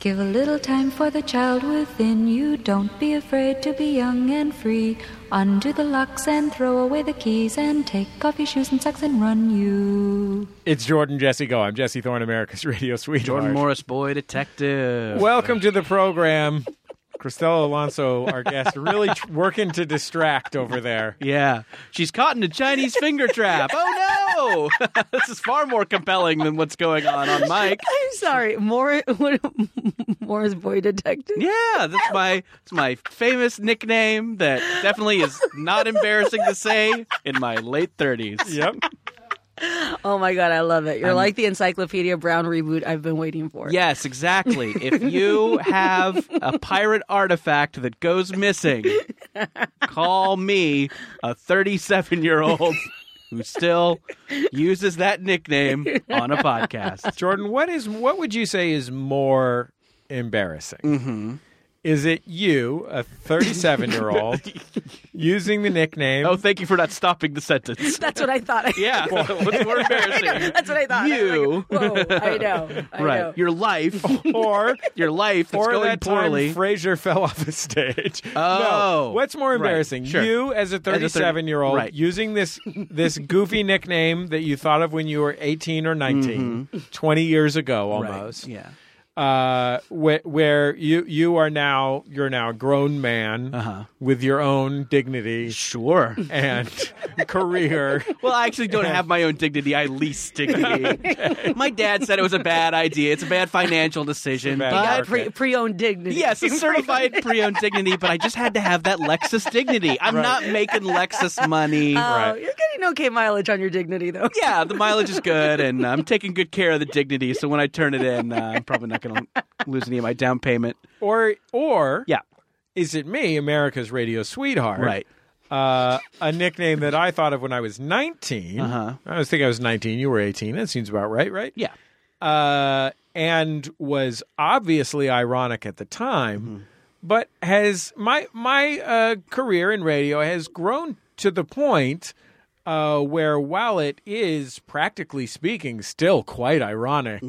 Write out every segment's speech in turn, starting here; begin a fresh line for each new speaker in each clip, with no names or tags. Give a little time for the child within you. Don't be afraid to be young and free. Undo the locks and throw away the keys and take off your shoes and socks and run you.
It's Jordan Jesse Go. I'm Jesse Thorne, America's radio sweetheart.
Jordan Morris, boy detective.
Welcome to the program. Cristela Alonso, our guest, really tr- working to distract over there.
Yeah, she's caught in a Chinese finger trap. Oh no! this is far more compelling than what's going on on Mike.
I'm sorry, Morris, Morris Boy Detective.
Yeah, that's my it's my famous nickname that definitely is not embarrassing to say in my late thirties.
Yep.
Oh my god, I love it. You're like the Encyclopedia Brown reboot I've been waiting for.
Yes, exactly. If you have a pirate artifact that goes missing, call me a 37 year old who still uses that nickname on a podcast.
Jordan, what is what would you say is more embarrassing?
Mm-hmm.
Is it you, a 37 year old, using the nickname?
Oh, thank you for not stopping the sentence.
That's what I thought. I,
Yeah, what's more
I know,
embarrassing?
that's what I thought.
You.
I was like, Whoa, I know. I
Right,
know.
your life,
or
your life that's
or
going
that
poorly.
time Frasier fell off the stage.
Oh.
no. what's more
Right.
embarrassing?
Sure.
You as a
thirty-
thirty-seven-year-old
Right.
using this this goofy nickname that you thought of when you were eighteen or 19, 20 years ago
Mm-hmm. Right,
almost.
Yeah.
Uh, where, where you you are now you're now a grown man
Uh-huh.
with your own dignity
Sure.
and career.
Well, I actually don't have my own dignity. I lease dignity. My dad said it was a bad idea. It's a bad financial decision.
bad
but-
I
market.
pre- pre-owned dignity.
Yes, a certified pre-owned dignity, but I just had to have that Lexus dignity. I'm not making Lexus money.
Oh,
Right.
you're getting okay mileage on your dignity though.
Yeah, the mileage is good, and I'm taking good care of the dignity. So when I turn it in, uh, I'm probably not going to lose any of my down payment.
Or or
Yeah,
is it me, America's radio sweetheart?
right.
uh, a nickname that I thought of when I was 19.
Uh-huh.
I was thinking I was 19. You were 18. That seems about right, right?
Yeah,
Uh, and was obviously ironic at the time, but has my my uh, career in radio has grown to the point uh, where while it is practically speaking still quite ironic,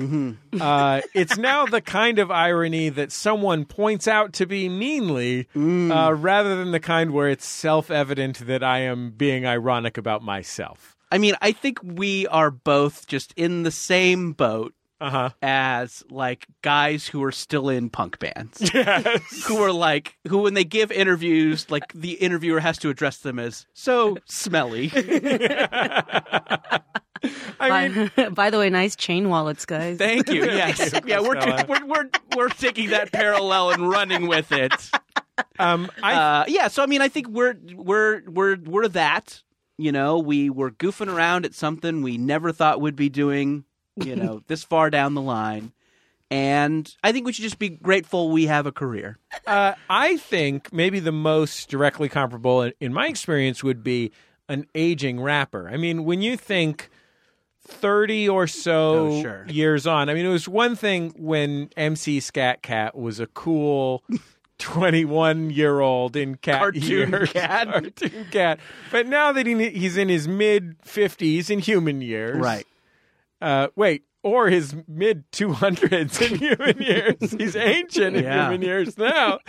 uh, it's now the kind of irony that someone points out to be meanly, uh, rather than the kind where it's self evident that I am being ironic about myself.
I mean, I think we are both just in the same boat
Uh huh.
as like guys who are still in punk bands. Who are like who when they give interviews, like the interviewer has to address them as so smelly.
I mean,
By, by the way, nice chain wallets, guys.
Thank you. Yes. Yeah, we're,
Stella.
we're we're we're taking that parallel and running with it.
um, I
Uh, yeah, so I mean I think we're we're we're we're that. You know, we were goofing around at something we never thought we'd be doing, you know, this far down the line. And I think we should just be grateful we have a career.
Uh, I think maybe the most directly comparable, in, in my experience, would be an aging rapper. I mean, when you think thirty or so
Oh, sure.
years on, I mean, it was one thing when MC Scat Cat was a cool. 21 year old in cat
Cartoon
years.
cat.
cartoon cat but now that he, he's in his mid 50s in human years uh, wait, or his mid 200s in human years. He's ancient in
Yeah.
human years now.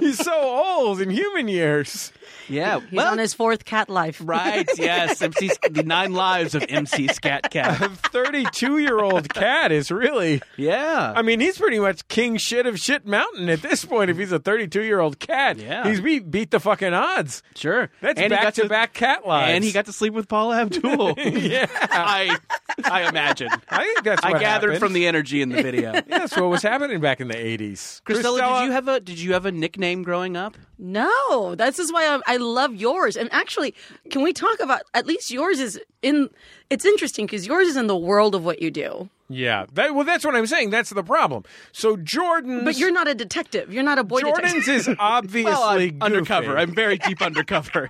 He's so old in human years.
Yeah.
He's on his fourth cat life.
Right. Yes. MC, the nine lives of MC Scat
A
Cat.
32 year old cat is really,
Yeah.
I mean, he's pretty much king shit of shit mountain at this point if he's a 32 year old cat.
Yeah.
He's beat, beat the fucking odds.
sure.
That's
And he
back
got
to, back cat lives.
And he got to sleep with Paula Abdul.
Yeah.
I I imagine.
I think that's
I
what
gathered
happened.
from the energy in the video.
Yeah, that's what was happening back in the 80s.
Christella, did you have a did you have a nickname growing up?
No, this is why I, I love yours. And actually, can we talk about at least yours is in? It's interesting because yours is in the world of what you do.
Yeah. That, well, that's what I'm saying. That's the problem. So Jordan's.
But you're not a detective. You're not a boy
Jordan's
detective.
is obviously
Well, I'm
goofy.
undercover. I'm very deep undercover.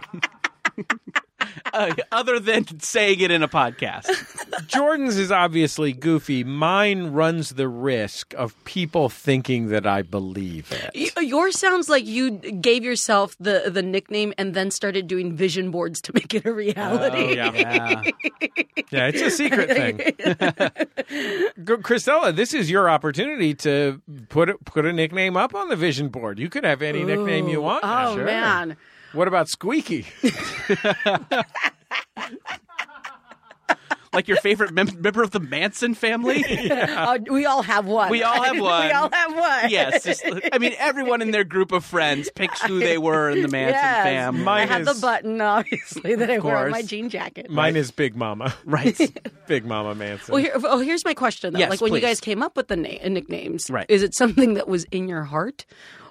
uh, other than saying it in a podcast.
Jordan's is obviously goofy. Mine runs the risk of people thinking that I believe it.
Y- Yours sounds like you gave yourself the the nickname and then started doing vision boards to make it a reality.
yeah.
Yeah, it's a secret thing. G- Christella, this is your opportunity to put a, put a nickname up on the vision board. You could have any nickname you want. now.
Oh man.
What about Squeaky?
Like your favorite mem- member of the Manson family?
Uh, we all have one.
We all have
we
one.
all have one.
yes. just- I mean, everyone in their group of friends picks who they were in the Manson
Yes.
family.
My-
I
Mine
have the
is-
button, obviously, that I wear on
course.
my jean jacket.
Mine is Big Mama.
right.
Big Mama Manson.
Well, here, oh, here's my question. Though.
Yes,
like when you
please.
guys came up with the na- uh, nicknames,
Right.
is it something that was in your heart?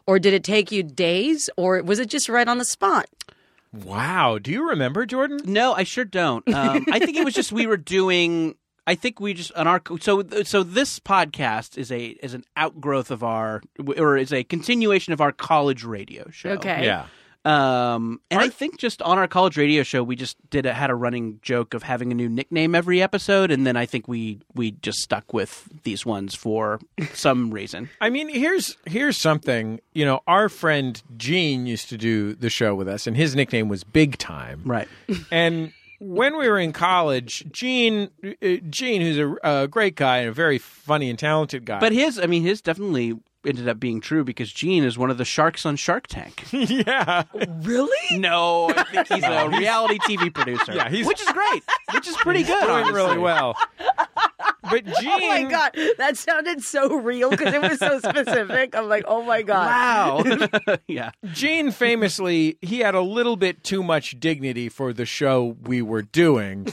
Or did it take you days? Or was it just right on the spot?
wow. Do you remember, Jordan?
No, I sure don't. Um, I think it was just we were doing. I think we just on our so so this podcast is a is an outgrowth of our or is a continuation of our college radio show.
Okay.
Yeah.
Um, and I think just on our college radio show, we just did a, had a running joke of having a new nickname every episode, and then I think we we just stuck with these ones for some reason.
I mean, here's here's something. You know, our friend Gene used to do the show with us, and his nickname was Big Time.
Right.
And when we were in college, Gene, uh, Gene, who's a, a great guy and a very funny and talented guy,
But his, I mean, his definitely ended up being true because Gene is one of the sharks on Shark Tank.
yeah,
Really?
No, I think he's a reality TV producer.
Yeah, he's-
which is great, which is pretty good.
doing
honestly.
really well. But Gene,
Oh my God. That sounded so real because it was so specific. I'm like, oh my God.
Wow. yeah.
Gene famously, he had a little bit too much dignity for the show we were doing.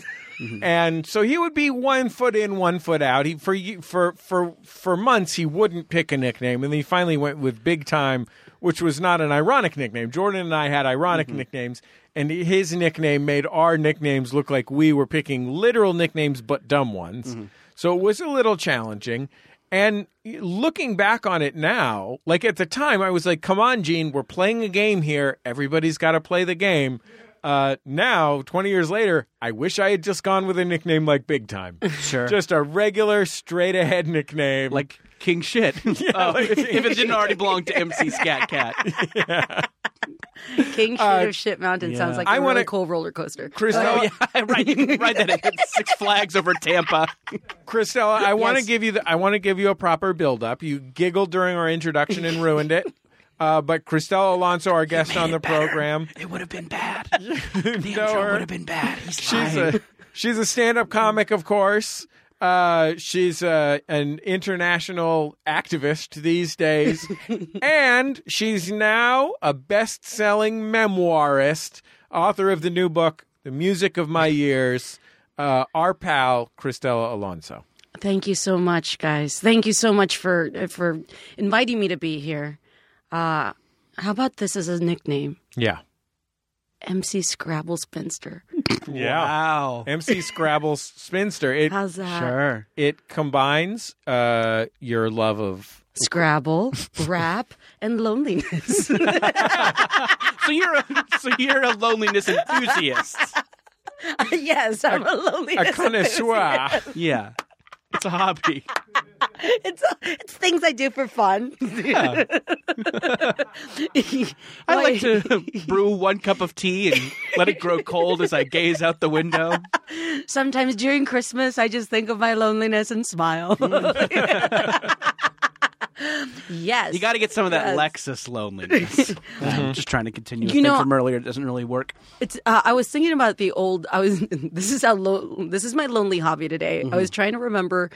and so he would be one foot in, one foot out. He for ye- for for for months he wouldn't pick a nickname, and then he finally went with Big Time, which was not an ironic nickname. Jordan and I had ironic nicknames, and his nickname made our nicknames look like we were picking literal nicknames but dumb ones. So it was a little challenging. And looking back on it now, like at the time, I was like, come on, Gene, we're playing a game here. Everybody's got to play the game. Uh, now, 20 years later, I wish I had just gone with a nickname like Big Time.
Sure.
just a regular, straight ahead nickname.
Like King Shit. Oh, if, if it didn't already belong to MC Scat Cat.
King Shit of Shit Mountain sounds like a
I
really
wanna-
cool roller coaster.
Chris,
Oh, yeah. Right. You can write that in Six Flags over Tampa.
Christella, I want to
Yes.
give you the, I want to give you a proper build up. You giggled during our introduction and ruined it. Uh, but Christella Alonso, our guest on the program,
It would have been bad.
know her.
been bad. He's
She's a she's a stand-up comic, of course. Uh, she's uh an international activist these days, and she's now a best-selling memoirist, author of the new book, "The Music of My Years." Uh, our pal Christella Alonso.
Thank you so much, guys. Thank you so much for for inviting me to be here. Uh, how about this as a nickname?
Yeah,
MC Scrabble Spinster.
Wow.
MC Scrabble Spinster. It
How's that?
Sure.
it combines uh your love of
Scrabble, rap, and loneliness.
So you're a, so you're a loneliness enthusiast.
yes, I'm a loneliness.
a connoisseur.
Yeah. It's a hobby.
It's, it's things I do for fun.
I like to brew one cup of tea and let it grow cold as I gaze out the window.
Sometimes during Christmas, I just think of my loneliness and smile. yes.
You got to get some of that
Yes.
Lexus loneliness. I'm just trying to continue a
You
thing
know-
from earlier. It doesn't really work.
It's. Uh, I was thinking about the old. I was. This is how. Lo- this is my lonely hobby today. I
Mm-hmm.
was trying to remember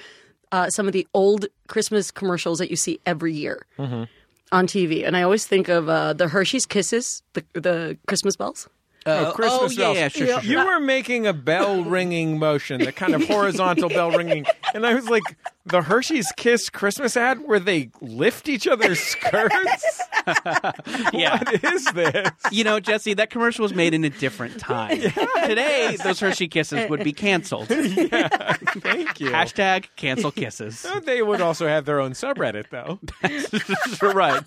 uh, some of the old Christmas commercials that you see every year
Mm-hmm.
on TV, and I always think of uh, the Hershey's Kisses, the the Christmas bells.
Uh,
Christmas
oh, yeah,
bells.
yeah, sure, sure, sure.
You were making a bell ringing motion, the kind of horizontal bell ringing, and I was like, the Hershey's Kiss Christmas ad where they lift each other's skirts.
yeah.
What is this?
You know, Jesse, that commercial was made in a different time. Today, those Hershey kisses would be canceled.
Thank you.
Hashtag cancel kisses.
They would also have their own subreddit, though.
right.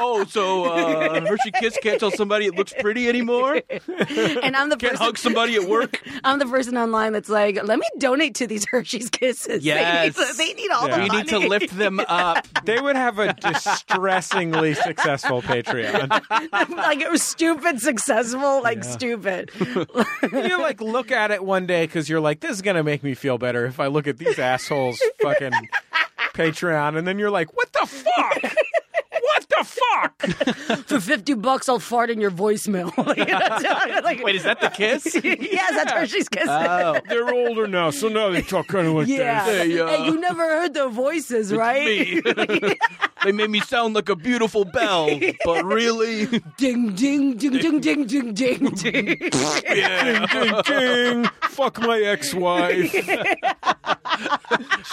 Oh, so uh, Hershey kiss can't tell somebody it looks pretty anymore?
and I'm the
Can't
person.
hug somebody at work?
I'm the person online that's like, let me donate to these Hershey's Kisses.
Yes.
They need, they need all
Yeah.
the
We need to
money.
lift them up.
They would have a distressingly successful Patreon.
like it was stupid, successful, like stupid.
You like look at it one day because you're like, this is gonna make me feel better if I look at these assholes fucking Patreon, and then you're like, what the fuck? What the fuck?
For 50 bucks, I'll fart in your voicemail. like, like,
Wait, is that the kiss?
yes, that's Hershey's Kisses.
Oh.
They're older now, so now they talk kind of like
yeah.
this.
Hey, uh,
Hey, you never heard their voices, right?
me. they made me sound like a beautiful bell, but really,
Ding, ding, ding, ding, ding, ding, ding, ding.
Ding, ding, ding. Fuck my ex-wife.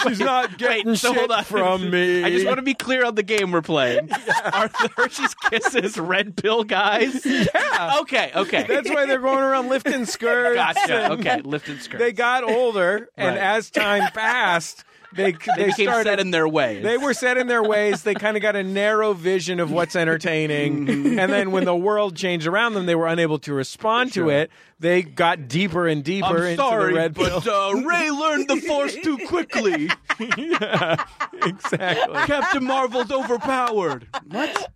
She's not getting
Wait, so
shit
hold on.
from me.
I just want to be clear on the game we're playing. Are the Hershey's Kisses red pill guys? Yeah. Okay, okay.
That's why they're going around lifting skirts.
gotcha.
and-
Okay, lifted skirts.
They got older, and
Right.
as time passed, they
They
they,
became
started.
set in their ways.
they were set in their ways. They kind of got a narrow vision of what's
Mm-hmm.
entertaining, and then when the world changed around them, they were unable to respond to it. They got deeper and deeper
I'm
into
sorry,
the red pill.
but uh, Ray learned the Force too quickly.
exactly.
Captain Marvel's overpowered. What?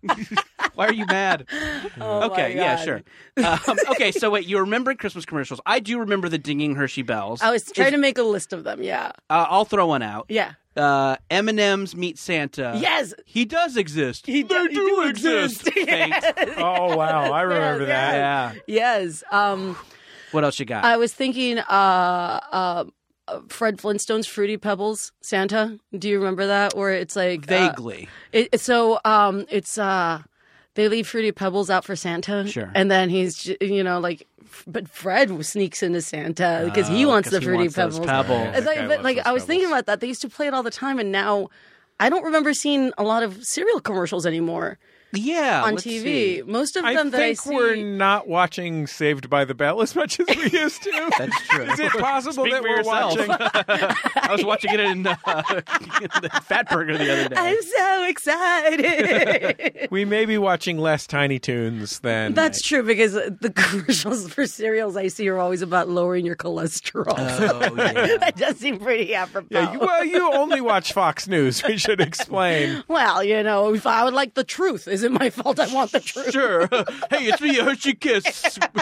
Why are you mad?
Oh
okay, yeah,
Oh God.
sure. Um, okay, so wait, you remember Christmas commercials? I do remember the dinging Hershey bells.
I was trying to make a list of them. Yeah.
Uh, I'll throw one out.
Yeah.
Uh, Eminem's Meet Santa.
Yes.
He does exist.
He do- he do exist.
Thanks.
Oh wow, I remember that.
Yeah.
Yes. Um,
What else you got?
I was thinking uh, uh, Fred Flintstone's Fruity Pebbles Santa. Do you remember that? Where it's like uh,
Vaguely.
It, it's so um, it's uh, they leave fruity pebbles out for Santa,
Sure.
and then he's j- you know like, f- but Fred sneaks into Santa because he
Oh,
wants
'cause
the
he
fruity
wants those
pebbles.
pebbles.
It's like,
Okay, I
but
love
like
those
I was thinking
pebbles.
about that. They used to play it all the time, and now I don't remember seeing a lot of cereal commercials anymore
Uh, yeah.
on
let's
TV.
see.
Most of
I think
them that I see.
we're not watching Saved by the Bell as much as we used to.
That's true.
Is it possible
Speak
that
for
we're
yourself.
watching?
I was watching it in uh, Fat Burger the other day.
I'm so excited.
We may be watching less Tiny Toons than
That's true because the commercials for cereals I see are always about lowering your cholesterol.
Oh, yeah.
that does seem pretty apropos.
Yeah, you, well, you only watch Fox News. We should explain.
Well, you know, if I would like the truth, is it my fault I want the truth?
Sure. Hey, it's me, Hershey Kiss.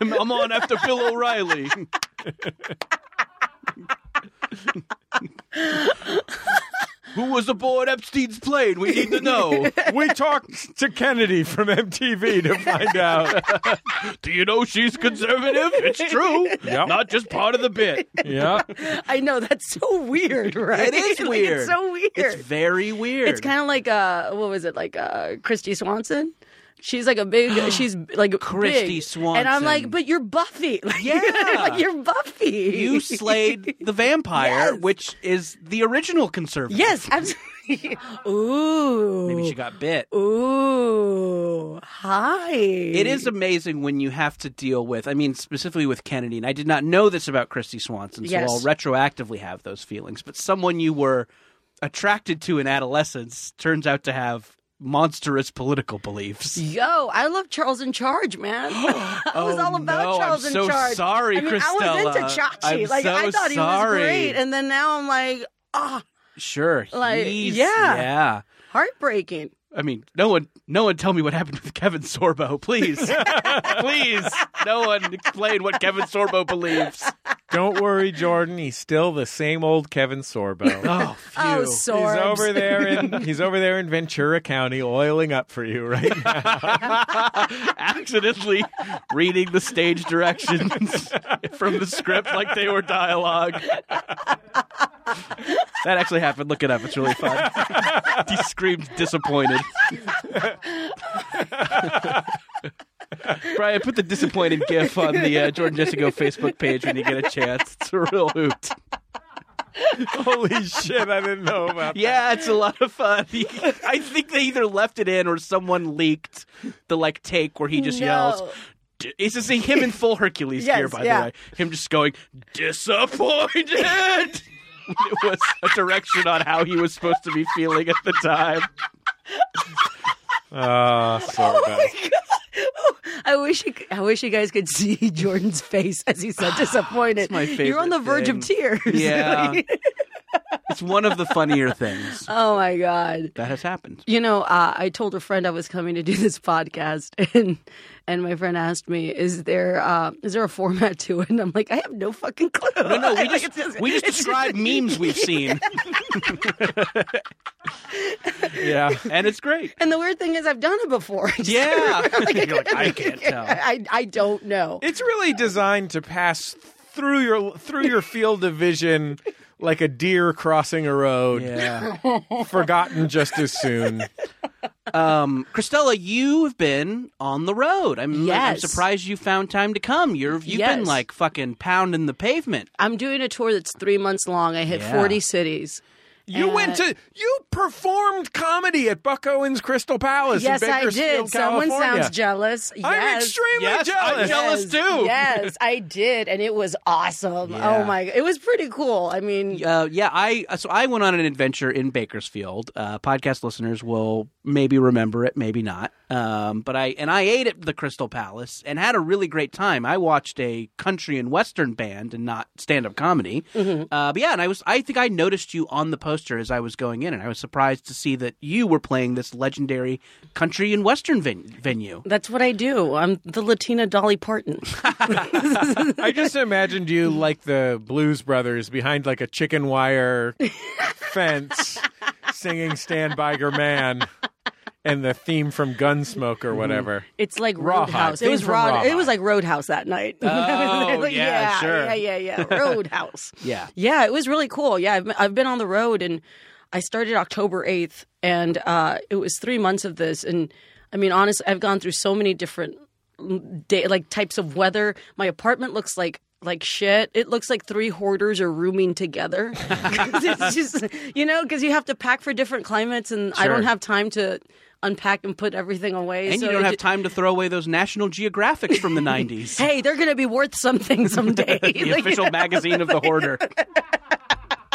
I'm, I'm on after Bill O'Reilly. Who was aboard Epstein's plane? We need to know.
We talked to Kennedy from MTV to find out.
Do you know she's conservative? It's true.
Yep.
Not just part of the bit.
Yeah.
I know that's so weird, right?
It is
Like,
weird.
It's so weird.
It's very weird.
It's kind of like uh, what was it like? Uh, Christy Swanson. She's like a big. She's like
Christy
big.
Swanson.
and I'm like, but you're Buffy. Like,
Yeah.
like you're Buffy.
you slayed the vampire,
Yes.
which is the original conservative.
Yes, absolutely. Ooh.
Maybe she got bit.
Ooh. Hi.
It is amazing when you have to deal with, I mean, specifically with Kennedy, and I did not know this about Christy Swanson, so
Yes.
I'll retroactively have those feelings. But someone you were attracted to in adolescence turns out to have monstrous political beliefs.
Yo, I love Charles in Charge, man. I was
Oh,
all about
no,
Charles
I'm
in
so
Charge.
sorry,
I mean, I was into
Christella.
Chachi.
I'm
like
so
I thought
sorry.
he was great, and then now I'm like, ah,
Sure.
Like,
he's-
yeah.
Yeah.
heartbreaking.
I mean, no one, no one tell me what happened with Kevin Sorbo, please, please. No one explain what Kevin Sorbo believes.
Don't worry, Jordan. He's still the same old Kevin Sorbo.
Oh, phew.
Oh,
He's
Sorbs.
over there in he's over there in Ventura County oiling up for you right now.
accidentally reading the stage directions from the script like they were dialogue. that actually happened. Look it up. It's really fun. he screamed disappointed. Brian, put the disappointed gif on the uh, Jordan Jesse Go Facebook page when you get a chance. It's a real hoot.
Holy shit! I didn't know about. that.
Yeah, it's a lot of fun. I think they either left it in or someone leaked the like take where he just
No.
yells. "D-" It's just him in full Hercules gear,
Yes,
by
yeah.
the way. Him just going disappointed. it was a direction on how he was supposed to be feeling at the time.
Ah,
Oh
sorry about it.
I wish you, I wish you guys could see Jordan's face as he said disappointed.
my
You're
favorite
on the verge of
thing.
tears.
Yeah, it's one of the funnier things
oh my god.
that has happened.
You know, uh, I told a friend I was coming to do this podcast, and and my friend asked me, "Is there uh, is there a format to it?" And I'm like, "I have no fucking clue."
No, no, we
Like,
just,
it's just-
we just
it's
describe memes we've seen,
Yeah.
and it's great.
And the weird thing is, I've done it before.
Yeah, You're like, I can't tell.
I I don't know.
It's really designed to pass through your through your field of vision like a deer crossing a road,
Yeah.
forgotten just as soon.
Um, Christella, you've been on the road. I'm,
Yes.
I'm surprised you found time to come. You're, you've been
Yes.
like fucking pounding the pavement.
I'm doing a tour that's three months long. I hit
Yeah.
40 cities.
You went to you performed comedy at Buck Owens Crystal Palace.
Yes,
in
I
Bakersfield,
did. Someone
California.
sounds jealous. Yes.
I'm extremely
Yes, I'm
jealous.
jealous. too.
Yes, I did, and it was awesome.
Yeah.
Oh my! It was pretty cool. I mean,
Uh, yeah, I so I went on an adventure in Bakersfield. Uh, podcast listeners will maybe remember it, maybe not. Um, but I and I ate at the Crystal Palace and had a really great time. I watched a country and western band and not stand up comedy.
Mm-hmm.
Uh, but yeah, and I was I think I noticed you on the poster as I was going in, and I was surprised to see that you were playing this legendary country and western ven- venue.
that's what I do. I'm the Latina Dolly Parton.
I just imagined you like the Blues Brothers behind like a chicken wire fence, singing "Stand by Your Man" and the theme from Gunsmoke or whatever.
It's like
Rawhide.
Roadhouse. It
Things
was
from
Rod. It
Rawhide.
was like Roadhouse that night.
Oh, yeah, sure.
yeah, yeah, yeah. Roadhouse.
Yeah.
Yeah, it was really cool. Yeah, I've, I've been on the road and I started October 8th and uh, it was three months of this. And I mean, honestly, I've gone through so many different day, like types of weather. My apartment looks like like shit. It looks like three hoarders are rooming together. 'Cause it's just, you know, because you have to pack for different climates and I don't have time to unpack and put everything away.
And
so
you don't
it
have
ju-
time to throw away those National Geographics from the 90s.
Hey, they're going to be worth something someday.
the
Like,
official magazine of the hoarder.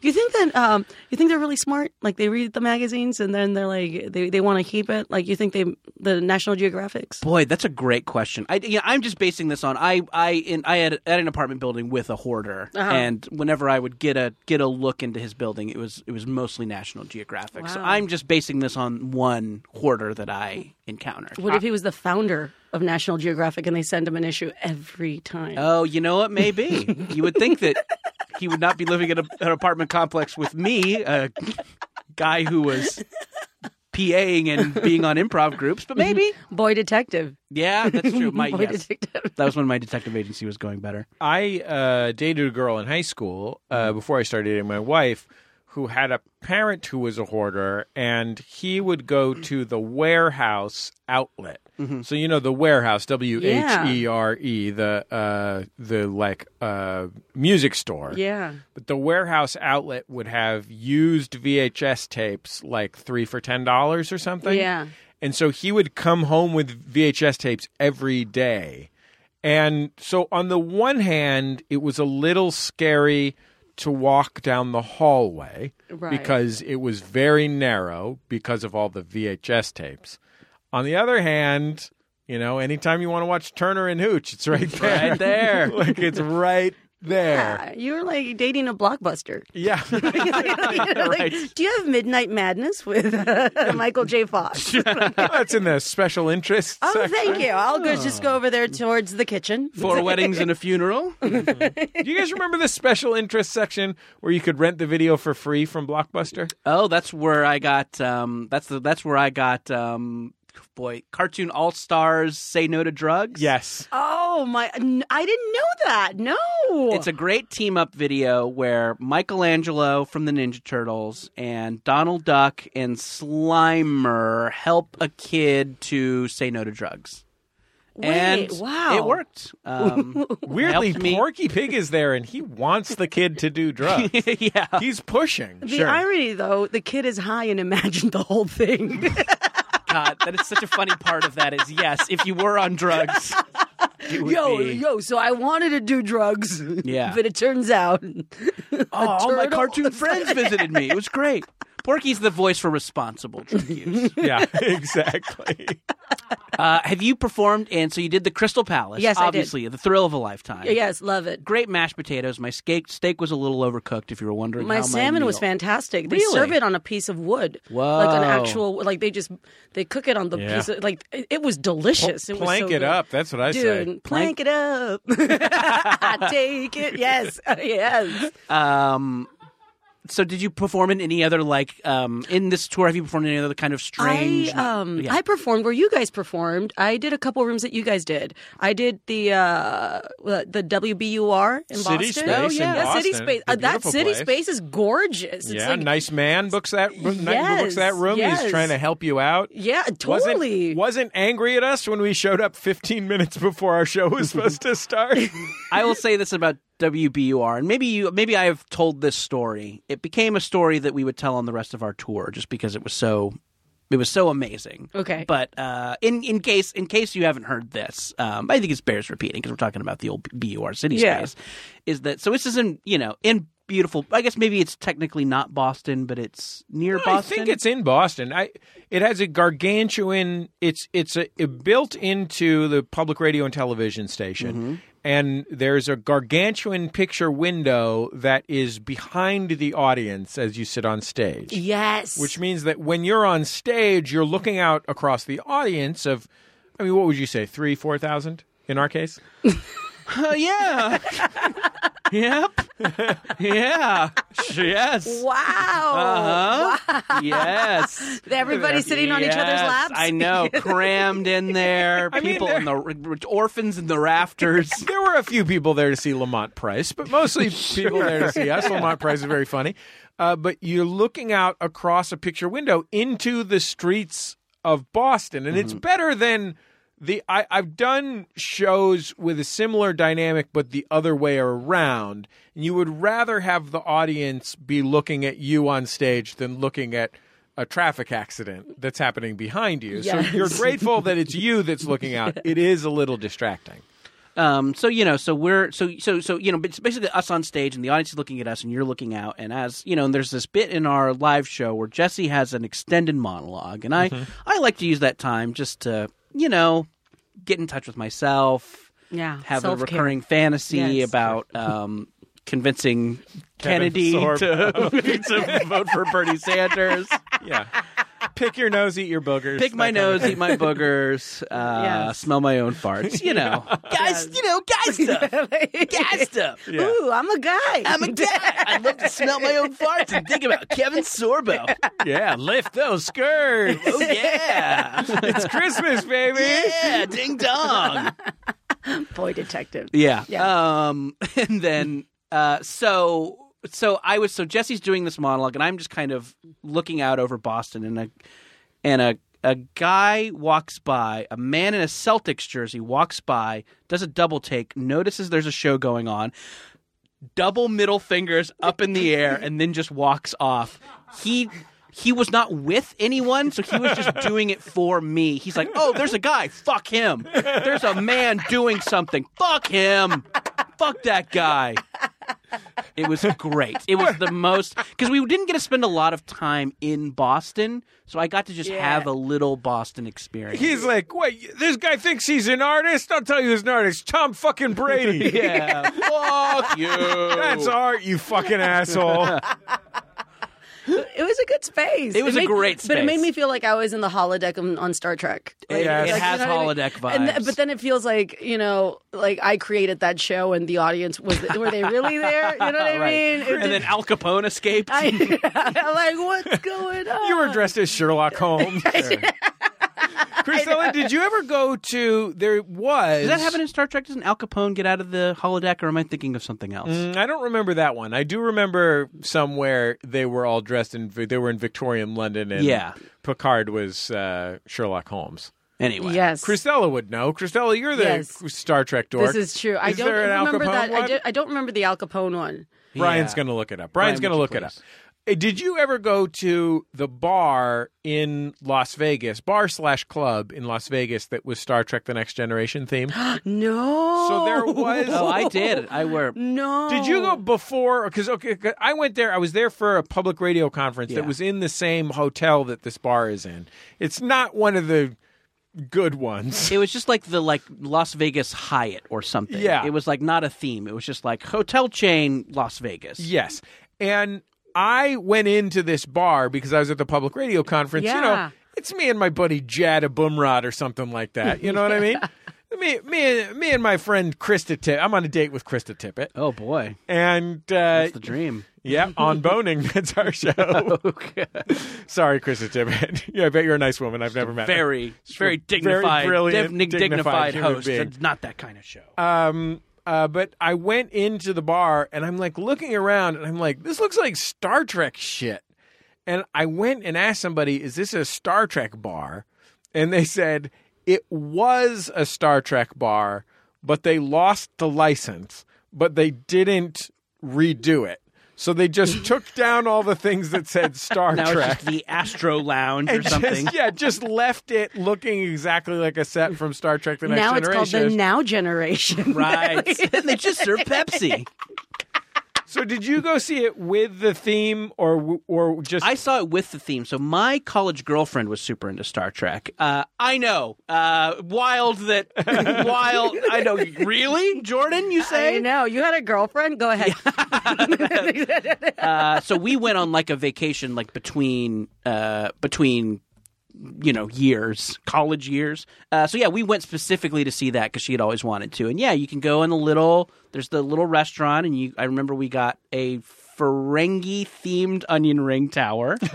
You think that um, you think they're really smart? Like they read the magazines and then they're like they, they want to keep it. Like you think they the National Geographics?
Boy, that's a great question. I, you know, I'm just basing this on I I in I had, had an apartment building with a hoarder, and whenever I would get a get a look into his building, it was it was mostly National Geographic. So
Wow.
I'm just basing this on one hoarder that I encountered.
What if he was the founder of National Geographic and they send him an issue every time?
Oh, you know what? Maybe you would think that he would not be living in a, an apartment complex with me, a guy who was PAing and being on improv groups, but maybe.
Boy detective.
Yeah, that's true. My,
Boy
yes.
detective.
That was when my detective agency was going better.
I uh, dated a girl in high school uh, before I started dating my wife who had a parent who was a hoarder, and he would go to the warehouse outlet. So you know the warehouse, W H E R E, the uh, the like uh, music store.
Yeah.
But the warehouse outlet would have used VHS tapes, like three for ten dollars or something.
Yeah.
And so he would come home with VHS tapes every day. And so on the one hand, it was a little scary to walk down the hallway
Right.
because it was very narrow because of all the VHS tapes. On the other hand, you know, anytime you want to watch Turner and Hooch, it's right there.
Right there.
like it's right there.
Yeah, you were like dating a blockbuster.
Yeah.
Like, Do you have Midnight Madness with uh, Michael J. Fox?
That's in the special interest
oh,
section.
thank you. I'll go, just go over there towards the kitchen.
Four weddings and a funeral.
Do you guys remember the special interest section where you could rent the video for free from Blockbuster?
Oh, that's where I got. Um, that's the that's where I got. Um, boy, cartoon all stars say no to drugs.
Yes.
Oh my! n- I didn't know that. No,
It's a great team up video where Michelangelo from the Ninja Turtles and Donald Duck and Slimer help a kid to say no to drugs. and
wow.
it worked. Um,
Weirdly,
helped me-
Porky Pig is there, and he wants the kid to do drugs.
yeah,
He's pushing.
The
sure.
irony, though, the kid is high and imagined the whole thing.
God, that is such a funny part of that. Is yes, if you were on drugs, you would
yo,
be-
yo, so I wanted to do drugs.
Yeah.
But it turns out.
Oh, all my
turtle.
cartoon friends visited me. It was great. Porky's the voice for responsible drug use.
yeah, exactly.
Uh, have you performed? And so you did the Crystal Palace.
Yes, I did.
obviously the thrill of a lifetime.
yes, love it.
Great mashed potatoes. My steak steak was a little overcooked. If you were wondering,
My
how
salmon
meal-
was fantastic. They
Really?
serve it on a piece of wood, like an
Whoa.
actual, like they just they cook it on the
Yeah.
piece. Of, like it, it was delicious. it was
Plank
so
it
good.
up. That's what I say.
dude. Plank, it up. I take it. Yes, yes.
Um, so did you perform in any other like um in this tour? Have you performed in any other kind of strange?
I um
yeah.
I performed where you guys performed. I did a couple rooms that you guys did. I did the uh the WBUR in
City
Boston. Oh,
Space in
yeah, City
Boston.
Space.
The
Uh, that
beautiful
City
place.
Space is gorgeous. It's
Yeah,
like
nice man books that bo- ni-
Yes,
books that room.
yes.
He's trying to help you out.
yeah,
Wasn't-
totally.
wasn't angry at us when we showed up 15 minutes before our show was supposed to start.
I will say this about WBUR, and maybe you, maybe I have told this story. It became a story that we would tell on the rest of our tour, just because it was so, it was so amazing.
Okay.
but uh, in in case in case you haven't heard this, um, I think it's bears repeating because we're talking about the old BUR city
Yeah.
space. Is that so? This is in you know in beautiful. I guess maybe it's technically not Boston, but it's near
I
Boston.
think it's in Boston. I it has a gargantuan. It's it's a, it built into the public radio and television station,
Mm-hmm.
and there's a gargantuan picture window that is behind the audience as you sit on stage.
yes.
Which means that when you're on stage, you're looking out across the audience of, I mean, what would you say, three, four thousand in our case?
Uh, yeah. yep. Yeah. Yes.
wow.
Uh-huh. Yes.
Everybody sitting on each other's
Yes,
laps.
I know, crammed in there.
mean,
People in the
they're-
orphans in the rafters.
There were a few people there to see Lamont Price, but mostly people there to see us. Lamont Price is very funny. Uh, but you're looking out across a picture window into the streets of Boston, and it's better than the. I, I've done shows with a similar dynamic, but the other way around. And you would rather have the audience be looking at you on stage than looking at a traffic accident that's happening behind you.
Yes.
So you're grateful that it's you that's looking out. It is a little distracting.
Um, so you know, so we're so so so you know, it's basically us on stage and the audience is looking at us and you're looking out and as you know, and there's this bit in our live show where Jesse has an extended monologue and I
Mm-hmm.
I like to use that time just to you know get in touch with myself.
Yeah,
have a
self-care.
recurring fantasy
Yes.
about um, convincing
Kevin
Kennedy to,
Sorbo.
to vote for Bernie Sanders.
Yeah. Pick your nose, eat your boogers.
Pick
that
my
kind of
nose, eat my boogers, uh,
Yes.
smell my own farts. You know, guys, you know, guys stuff, guys stuff.
Uh-huh. Yeah.
Ooh, I'm a guy.
I'm a guy. I love to smell my own farts and think about Kevin Sorbo.
thing. Yeah, lift those skirts.
Oh yeah,
it's Christmas, baby.
yeah, ding dong.
boy detective.
Yeah.
Yeah.
Um, and then uh, so so I was so Jesse's doing this monologue, and I'm just kind of looking out over Boston, and a and a a guy walks by, a man in a Celtics jersey walks by, does a double take, notices there's a show going on. Double middle fingers up in the air and then just walks off. He he was not with anyone, so he was just doing it for me. He's like, "Oh, there's a guy. Fuck him. There's a man doing something. Fuck him. Fuck that guy." It was great. It was the most because we didn't get to spend a lot of time in Boston, so I got to just
Yeah.
have a little Boston experience.
He's like, wait, this guy thinks he's an artist? I'll tell you he's an artist. Tom fucking Brady.
yeah, fuck you.
That's art, you fucking asshole.
It was a good space.
It was a
made-
great
But it made
space.
me feel like I was in the holodeck on, on Star Trek. Like,
Yes. It
has
what
holodeck
And
vibes.
but then it feels like, you know, like I created that show and the audience was, were they really there? You know what I
Right.
mean? It
And then Al Capone escaped.
did- I, like, what's going on?
you were dressed as Sherlock Holmes. Chrisella, did you ever go to there was
Does that happen in Star Trek? Doesn't Al Capone get out of the holodeck, or am I thinking of something else?
Mm, I don't remember that one. I do remember somewhere they were all dressed in they were in Victorian London and
Yeah.
Picard was uh, Sherlock Holmes.
Anyway,
Yes.
Christella would know. Christella, you're the
Yes.
Star Trek dork.
this is true. I don't
there an
remember
Al Capone
that.
one?
I, do, I don't remember the Al Capone one.
Brian's
Yeah.
going to look it up. Brian's
Brian,
going to
would
look it
you
up. Uh, Did you ever go to the bar in Las Vegas, bar slash club in Las Vegas that was Star Trek: The Next Generation themed?
No.
So there was-
Oh, I did. I were.
No.
Did you go before? Because okay, 'cause I went there. I was there for a public radio conference
Yeah.
that was in the same hotel that this bar is in. It's not one of the good ones.
It was just like the like Las Vegas Hyatt or something.
Yeah.
It was like not a theme. It was just like hotel chain Las Vegas.
Yes. And I went into this bar because I was at the public radio conference. You
Yeah.
know, it's me and my buddy Jad Abumrad or something like that. You know what I mean? Me, me, me, and my friend Krista Tippett. I'm on a date with Krista Tippett,
Oh boy,
and uh,
that's the dream.
yeah, on boning. That's our show.
Okay.
Sorry, Krista Tippett. yeah, I bet you're a nice woman. I've never met. her.
Very, very dignified,
dignified- brilliant,
dignified,
dignified dignified human
host.
host. being.
It's not that kind of show.
Um, uh, but I went into the bar and I'm like looking around and I'm like, this looks like Star Trek shit. And I went and asked somebody, is this a Star Trek bar? And they said, it was a Star Trek bar, but they lost the license, but they didn't redo it. So they just took down all the things that said Star
now it's
Trek.
just the Astro Lounge or
and
something.
just, yeah, just left it looking exactly like a set from Star Trek: The Next
Now it's
Generation.
called the Now Generation.
Right. and they just serve Pepsi.
So did you go see it with the theme or or just
I saw it with the theme. So my college girlfriend was super into Star Trek. Uh, I know. Uh, wild that. wild. I know. Really? Jordan, you say?
I know. You had a girlfriend? Go ahead.
uh, so we went on like a vacation like between uh between you know years college years uh, so yeah we went specifically to see that because she had always wanted to and yeah you can go in a little there's the little restaurant and you i remember we got a ferengi themed onion ring tower
oh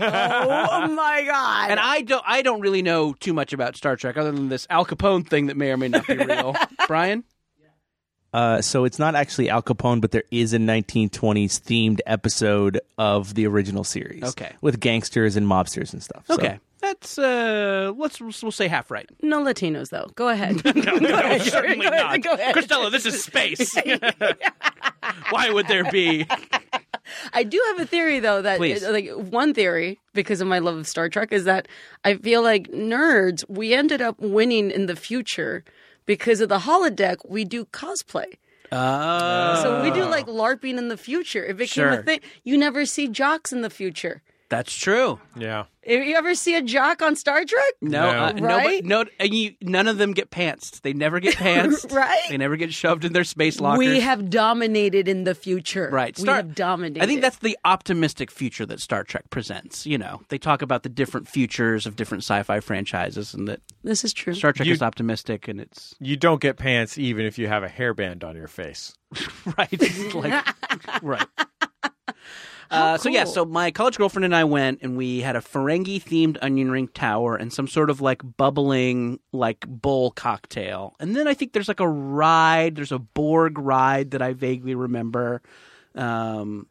my God.
and i don't i don't really know too much about star trek other than this al capone thing that may or may not be real brian
Uh, so it's not actually Al Capone, but there is a 1920s themed episode of the original series.
Okay.
With gangsters and mobsters and stuff. So-
okay that's uh let's we'll say half right
no Latinos, though. Go ahead. no, certainly Go ahead.
Christella, this is space. Why would there be?
I do have a theory though that
Please.
like one theory because of my love of Star Trek is that I feel like nerds we ended up winning in the future because of the holodeck we do cosplay. So we do like LARPing in the future. It became
Sure.
a thing. You never see jocks in the future.
that's true.
yeah.
If you ever see a jock on Star Trek,
No,
No.
uh, no,
Right?
but- no, and you, none of them get pantsed. They never get pantsed.
Right?
They never get shoved in their space lockers.
we have dominated in the future.
right.
we have dominated.
I think that's the optimistic future that Star Trek presents. You know, they talk about the different futures of different sci-fi franchises, and that
this is true.
Star Trek
You-
is optimistic, and it's
You don't get pants even if you have a hairband on your face.
right It's like right uh, so yeah
cool.
so my college girlfriend and i went and we had a ferengi themed onion ring tower and some sort of like bubbling like bowl cocktail and then i think there's like a ride there's a borg ride that i vaguely remember um,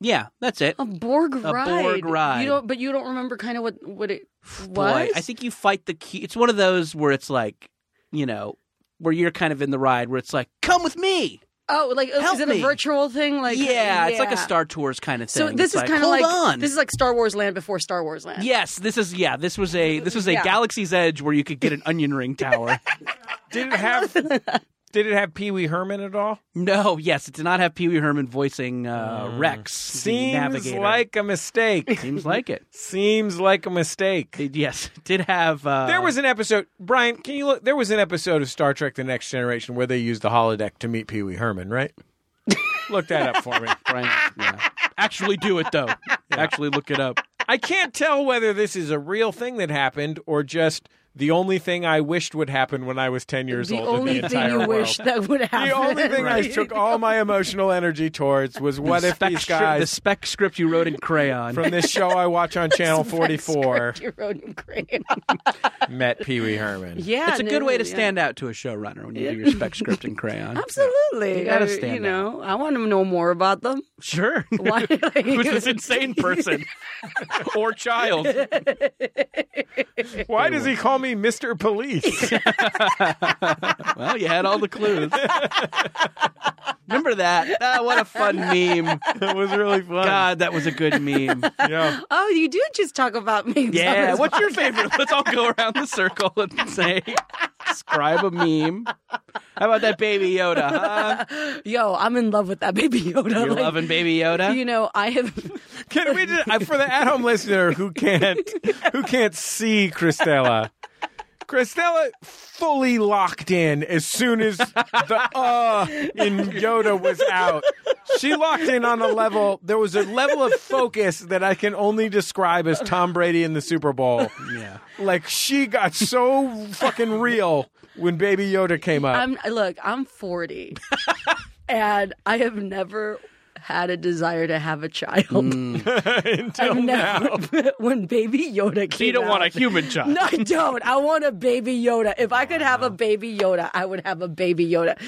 yeah that's it
A Borg ride.
Borg ride.
You don't, but you don't remember kind of what what it was.
Boy, i think you fight the key it's one of those where it's like you know where you're kind of in the ride where it's like come with me
Oh, like
Help
is it
me.
a virtual thing? Like
yeah, it's like a Star Tours kind of thing.
So this
It's
is
like,
kind of
"Hold
like
on.
this is like Star Wars Land before Star Wars Land.
Yes, this is yeah. This was a this was a
Yeah.
Galaxy's Edge where you could get an onion ring tower.
Did it have Did it have Pee Wee Herman at all?
no, yes, it did not have Pee Wee Herman voicing uh, Rex. the
Mm. Seems
navigator.
like a mistake.
seems like it.
Seems like a mistake.
It- yes, it did have uh,
There was an episode, Brian. Can you look? There was an episode of Star Trek: The Next Generation where they used the holodeck to meet Pee Wee Herman, right? look that up for me.
Brian, yeah. actually do it though. Actually look it up.
I can't tell whether this is a real thing that happened or just the only thing I wished would happen when I was ten years
The
old. in
only
the
thing
entire
you
world.
wish that would happen.
The only thing I
Right.
took all my emotional energy towards was what if
Spec
these
script- the
guys
spec script you wrote in crayon.
from this show I watch on Channel 44
Script you wrote in crayon.
met Pee Wee Herman?
yeah,
it's a
no,
good way to
yeah.
stand out to a showrunner when you do your spec script in crayon.
Absolutely,
You gotta
I-
stand
you know, I want to know more about them.
Sure.
Why?
Who's this insane person or child?
Why does he call me Mr. Police.
Well, you had all the clues. Remember that? Ah, what a fun meme.
that was really fun.
God, that was a good meme.
Yeah.
Oh, you do just talk about me.
Yeah. What's your favorite? Let's all go around the circle and say, describe a meme. How about that baby Yoda? Huh?
Yo, I'm in love with that baby Yoda.
You're
Like,
loving baby Yoda?
You know, I have.
Can we just, for the at-home listener who can't who can't see Christella? Christella fully locked in as soon as the uh in Yoda was out. She locked in on a level. There was a level of focus that I can only describe as Tom Brady in the Super Bowl.
yeah.
Like she got so fucking real when Baby Yoda came up.
I'm look. I'm 40, and I have never had a desire to have a child.
Mm.
Until
I've
now,
never- when Baby Yoda came
So you don't
out-
want a human child.
No, I don't. I want a baby Yoda. If I could have a baby Yoda, I would have a baby Yoda.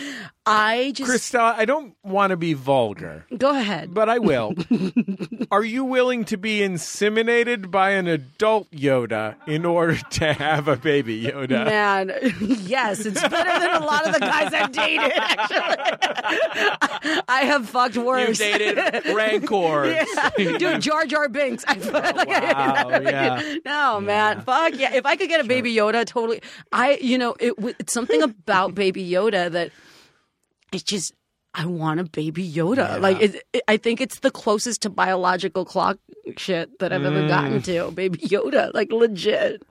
I just
Christella, I don't want to be vulgar.
go ahead.
but I will. Are you willing to be inseminated by an adult Yoda in order to have a baby Yoda?
Man, yes, it's better than a lot of the guys I've dated. Actually, I have fucked
You
worse.
dated Rancor.
Dude, Jar Jar Binks. I, like,
Oh, wow, yeah.
No, man. Fuck yeah. If I could get a baby Yoda, totally. I, you know, it, w- it's something about baby Yoda that it's just. I want a baby Yoda. Like, it, it, I think it's the closest to biological clock shit that I've ever gotten
Mm.
to. Baby Yoda, like legit.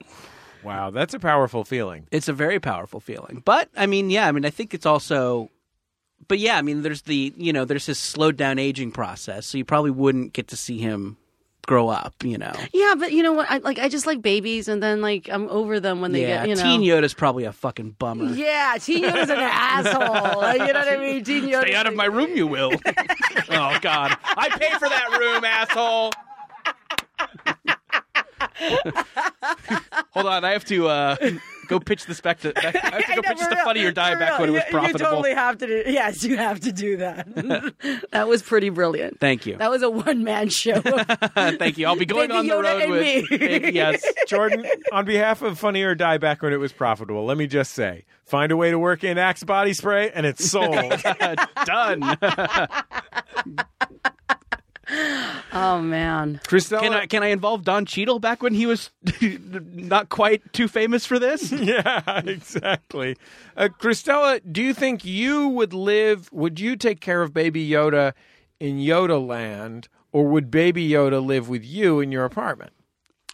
Wow, that's a powerful feeling.
It's a very powerful feeling. But I mean, yeah, I mean, I think it's also, but yeah, I mean, there's the you know, there's his slowed down aging process, so you probably wouldn't get to see him grow up. You know,
Yeah, but you know what? I like. I just like babies, and then like I'm over them when they
yeah,
get you know.
Teen Yoda's probably a fucking bummer.
Yeah, Teen Yoda's an asshole. Like, you know what I mean? Teen Yoda.
Stay out of my room, you will. oh God, I pay for that room, asshole. Hold on, I have to uh, go pitch this back to. I have to go pitch this to Funny or Die back when it was profitable.
You totally have to do. Yes, you have to do that. that was pretty brilliant.
Thank you.
That was a one man show.
Thank you. I'll be going
Baby
on the
Yoda
road
and
with.
me.
Baby- yes.
Jordan, on behalf of Funny or Die Back when it was profitable, let me just say find a way to work in Axe body spray and it's sold.
uh, Done.
oh man.
Christella,
Can I can I involve Don Cheadle back when he was not quite too famous for this?
yeah, exactly. Uh, Christella, do you think you would live, would you take care of baby Yoda in Yoda land or would baby Yoda live with you in your apartment?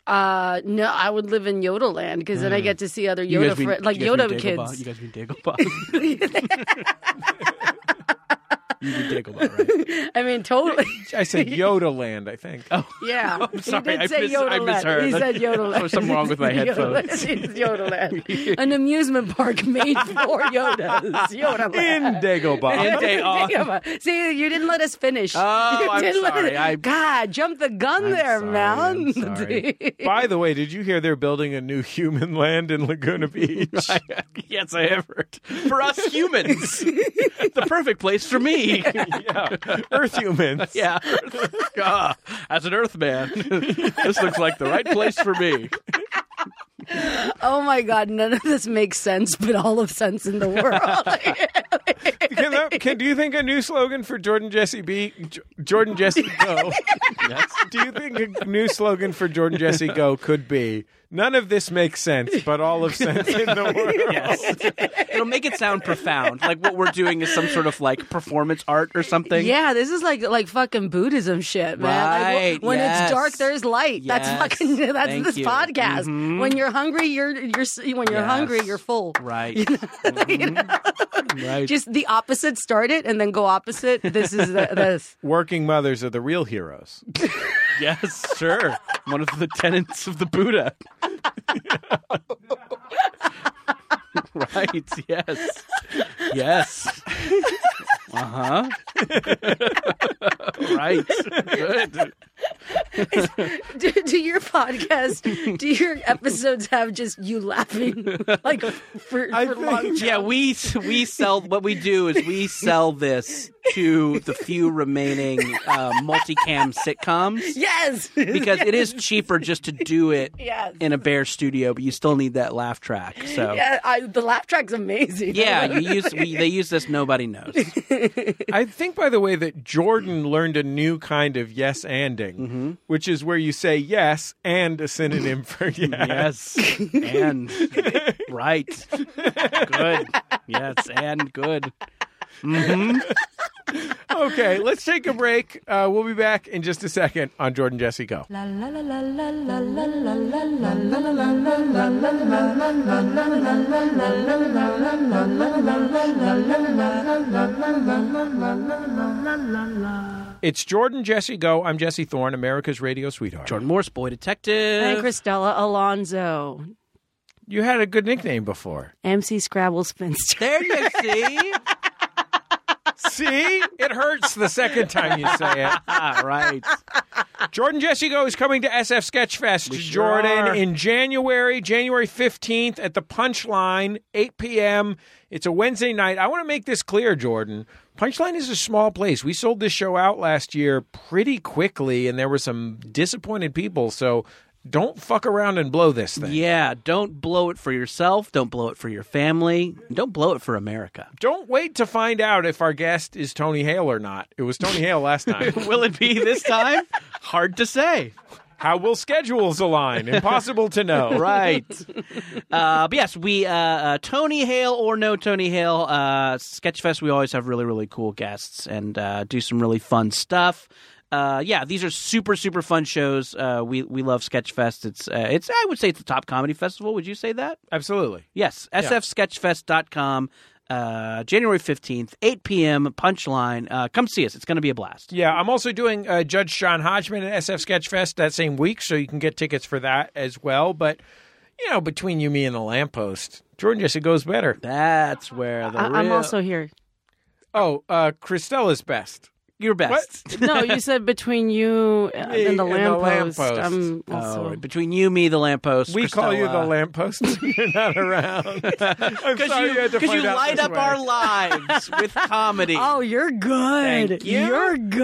Uh, no, I would live in Yoda land because then I get to see other Yoda fri- like
Mm. you
Yoda
mean Dagobah? Uh,
kids.
You guys mean Dagobah? you mean Dagobah, right?
I mean, totally.
I said Yoda land, I think.
Oh.
Yeah.
sorry,
he
I
did say
mis- I
Yodeland.
misheard.
He said Yodeland.
There was something wrong with my headphones.
Yodeland. It's Yodeland. An amusement park made for Yodas. Yodeland.
in Dagobah.
day off.
See, you didn't let us finish.
Oh,
you
I'm
didn't let
sorry.
us-
I-
God, jump the gun there,
sorry,
man.
I'm sorry. By the way, did you hear they're building a new human land in Laguna Beach?
yes, I have heard. For us humans, the perfect place for me.
yeah. Earth humans.
Yeah. Ah, as an Earthman, this looks like the right place for me.
oh my God, none of this makes sense, but all of sense in the world.
Can that, can, do you think a new slogan for Jordan Jesse B? J- Jordan Jesse Go. Do you think a new slogan for Jordan Jesse Go could be? None of this makes sense, but all of sense in the world.
It'll make it sound profound, like what we're doing is some sort of like performance art or something.
yeah, this is like like fucking Buddhism shit, man. Like, wh-
Right,
when
yes.
it's dark, there's light.
Yes,
That's fucking that's
thank
this
you. Mm-hmm.
podcast. When you're hungry, you're you're s- when you're
Yes.
hungry, you're full.
Right. Mm-hmm. Right.
Just the opposite. Start it and then go opposite. This is the, this.
Working mothers are the real heroes.
yes, sure. One of the tenets of the Buddha. right. Yes. Yes. Uh huh. right. Good.
do, do your podcast, do your episodes have just you laughing like for,
I
for
think-
long?
Yeah, we we sell what we do is we sell this to the few remaining uh, multicam sitcoms
Yes,
because it is cheaper just to do it
Yes.
in a bare studio, but you still need that laugh track. So yeah,
yeah, I, the laugh track's amazing.
you use we, they use this. Nobody knows.
I think, by the way, that Jordan learned a new kind of yes anding, which is where you say yes and a synonym for yes.
Yes, and right, good. Yes, and good.
Okay, let's take a break. Uh, we'll be back in just a second on Jordan Jesse Go.
La la la la la la la la la la.
It's Jordan Jesse Go. I'm Jesse Thorne, America's radio sweetheart.
Jordan Morse, boy detective.
and Christella Alonso,
You had a good nickname before.
MC Scrabble spinster.
There you see.
See? It hurts the second time you say it.
ah, right.
Jordan Jesse Go is coming to SF Sketchfest,
sure
Jordan,
are.
in January, January 15th at the Punchline, 8 p.m. It's a Wednesday night. I want to make this clear, Jordan. Punchline is a small place. We sold this show out last year pretty quickly, and there were some disappointed people. So don't fuck around and blow this thing.
Yeah, don't blow it for yourself. Don't blow it for your family. and Don't blow it for America.
Don't wait to find out if our guest is Tony Hale or not. It was Tony Hale last time.
Will it be this time? Hard to say.
How will schedules align? Impossible to know.
Right. Uh, but yes, we uh, uh, Tony Hale or no Tony Hale uh, Sketchfest. We always have really really cool guests and uh, do some really fun stuff. Uh, yeah, these are super super fun shows. Uh, we we love Sketchfest. It's uh, it's I would say it's the top comedy festival. Would you say that?
Absolutely.
Yes, sfsketchfest.com. Uh, January 15th, 8 p.m., punchline. Uh, come see us. It's going to be a blast.
Yeah, I'm also doing uh, Judge Sean Hodgman at SF Sketchfest that same week, so you can get tickets for that as well. But, you know, between you, me, and the lamppost, Jordan just it goes better.
That's where the
I-
real...
I'm also here.
Oh, uh, Christella's best.
your best.
No, you said between you
Me
and the
and the
lamppost.
lamppost.
I'm also.
Oh, between you, me, the lamppost.
We call you the
Christella.
lamppost when you're not around. I'm
Because
sorry
you,
had to
'cause
find
you
out
light
this
up
way.
our lives with comedy.
Oh, you're good.
Thank you.
are good.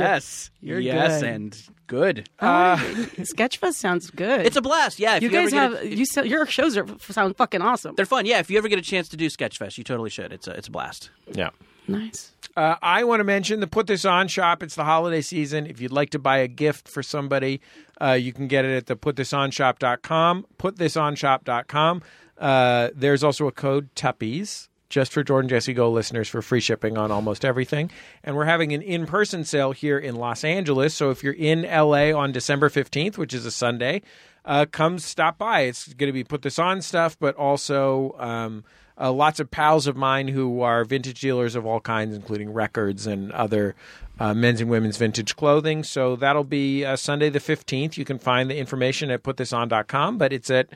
yes.
You're
yes,
good.
and good.
Sketchfest sounds good.
It's a blast. Yeah. If
you
you,
guys
ever get
have
a-
you sell, your shows are sound fucking awesome.
they're fun. Yeah. If you ever get a chance to do Sketchfest, you totally should. It's a, it's a blast.
Yeah.
nice.
Uh, I want to mention the Put This On shop. It's the holiday season. If you'd like to buy a gift for somebody, uh, you can get it at the putthisonshop.com. Putthisonshop.com. Uh, there's also a code Tuppies just for Jordan Jesse Go listeners for free shipping on almost everything. And we're having an in person sale here in Los Angeles. So if you're in LA on December 15th, which is a Sunday, uh, come stop by. It's going to be put this on stuff, but also um, uh, lots of pals of mine who are vintage dealers of all kinds, including records and other uh, men's and women's vintage clothing. So that'll be uh, Sunday the 15th. You can find the information at putthison.com, but it's at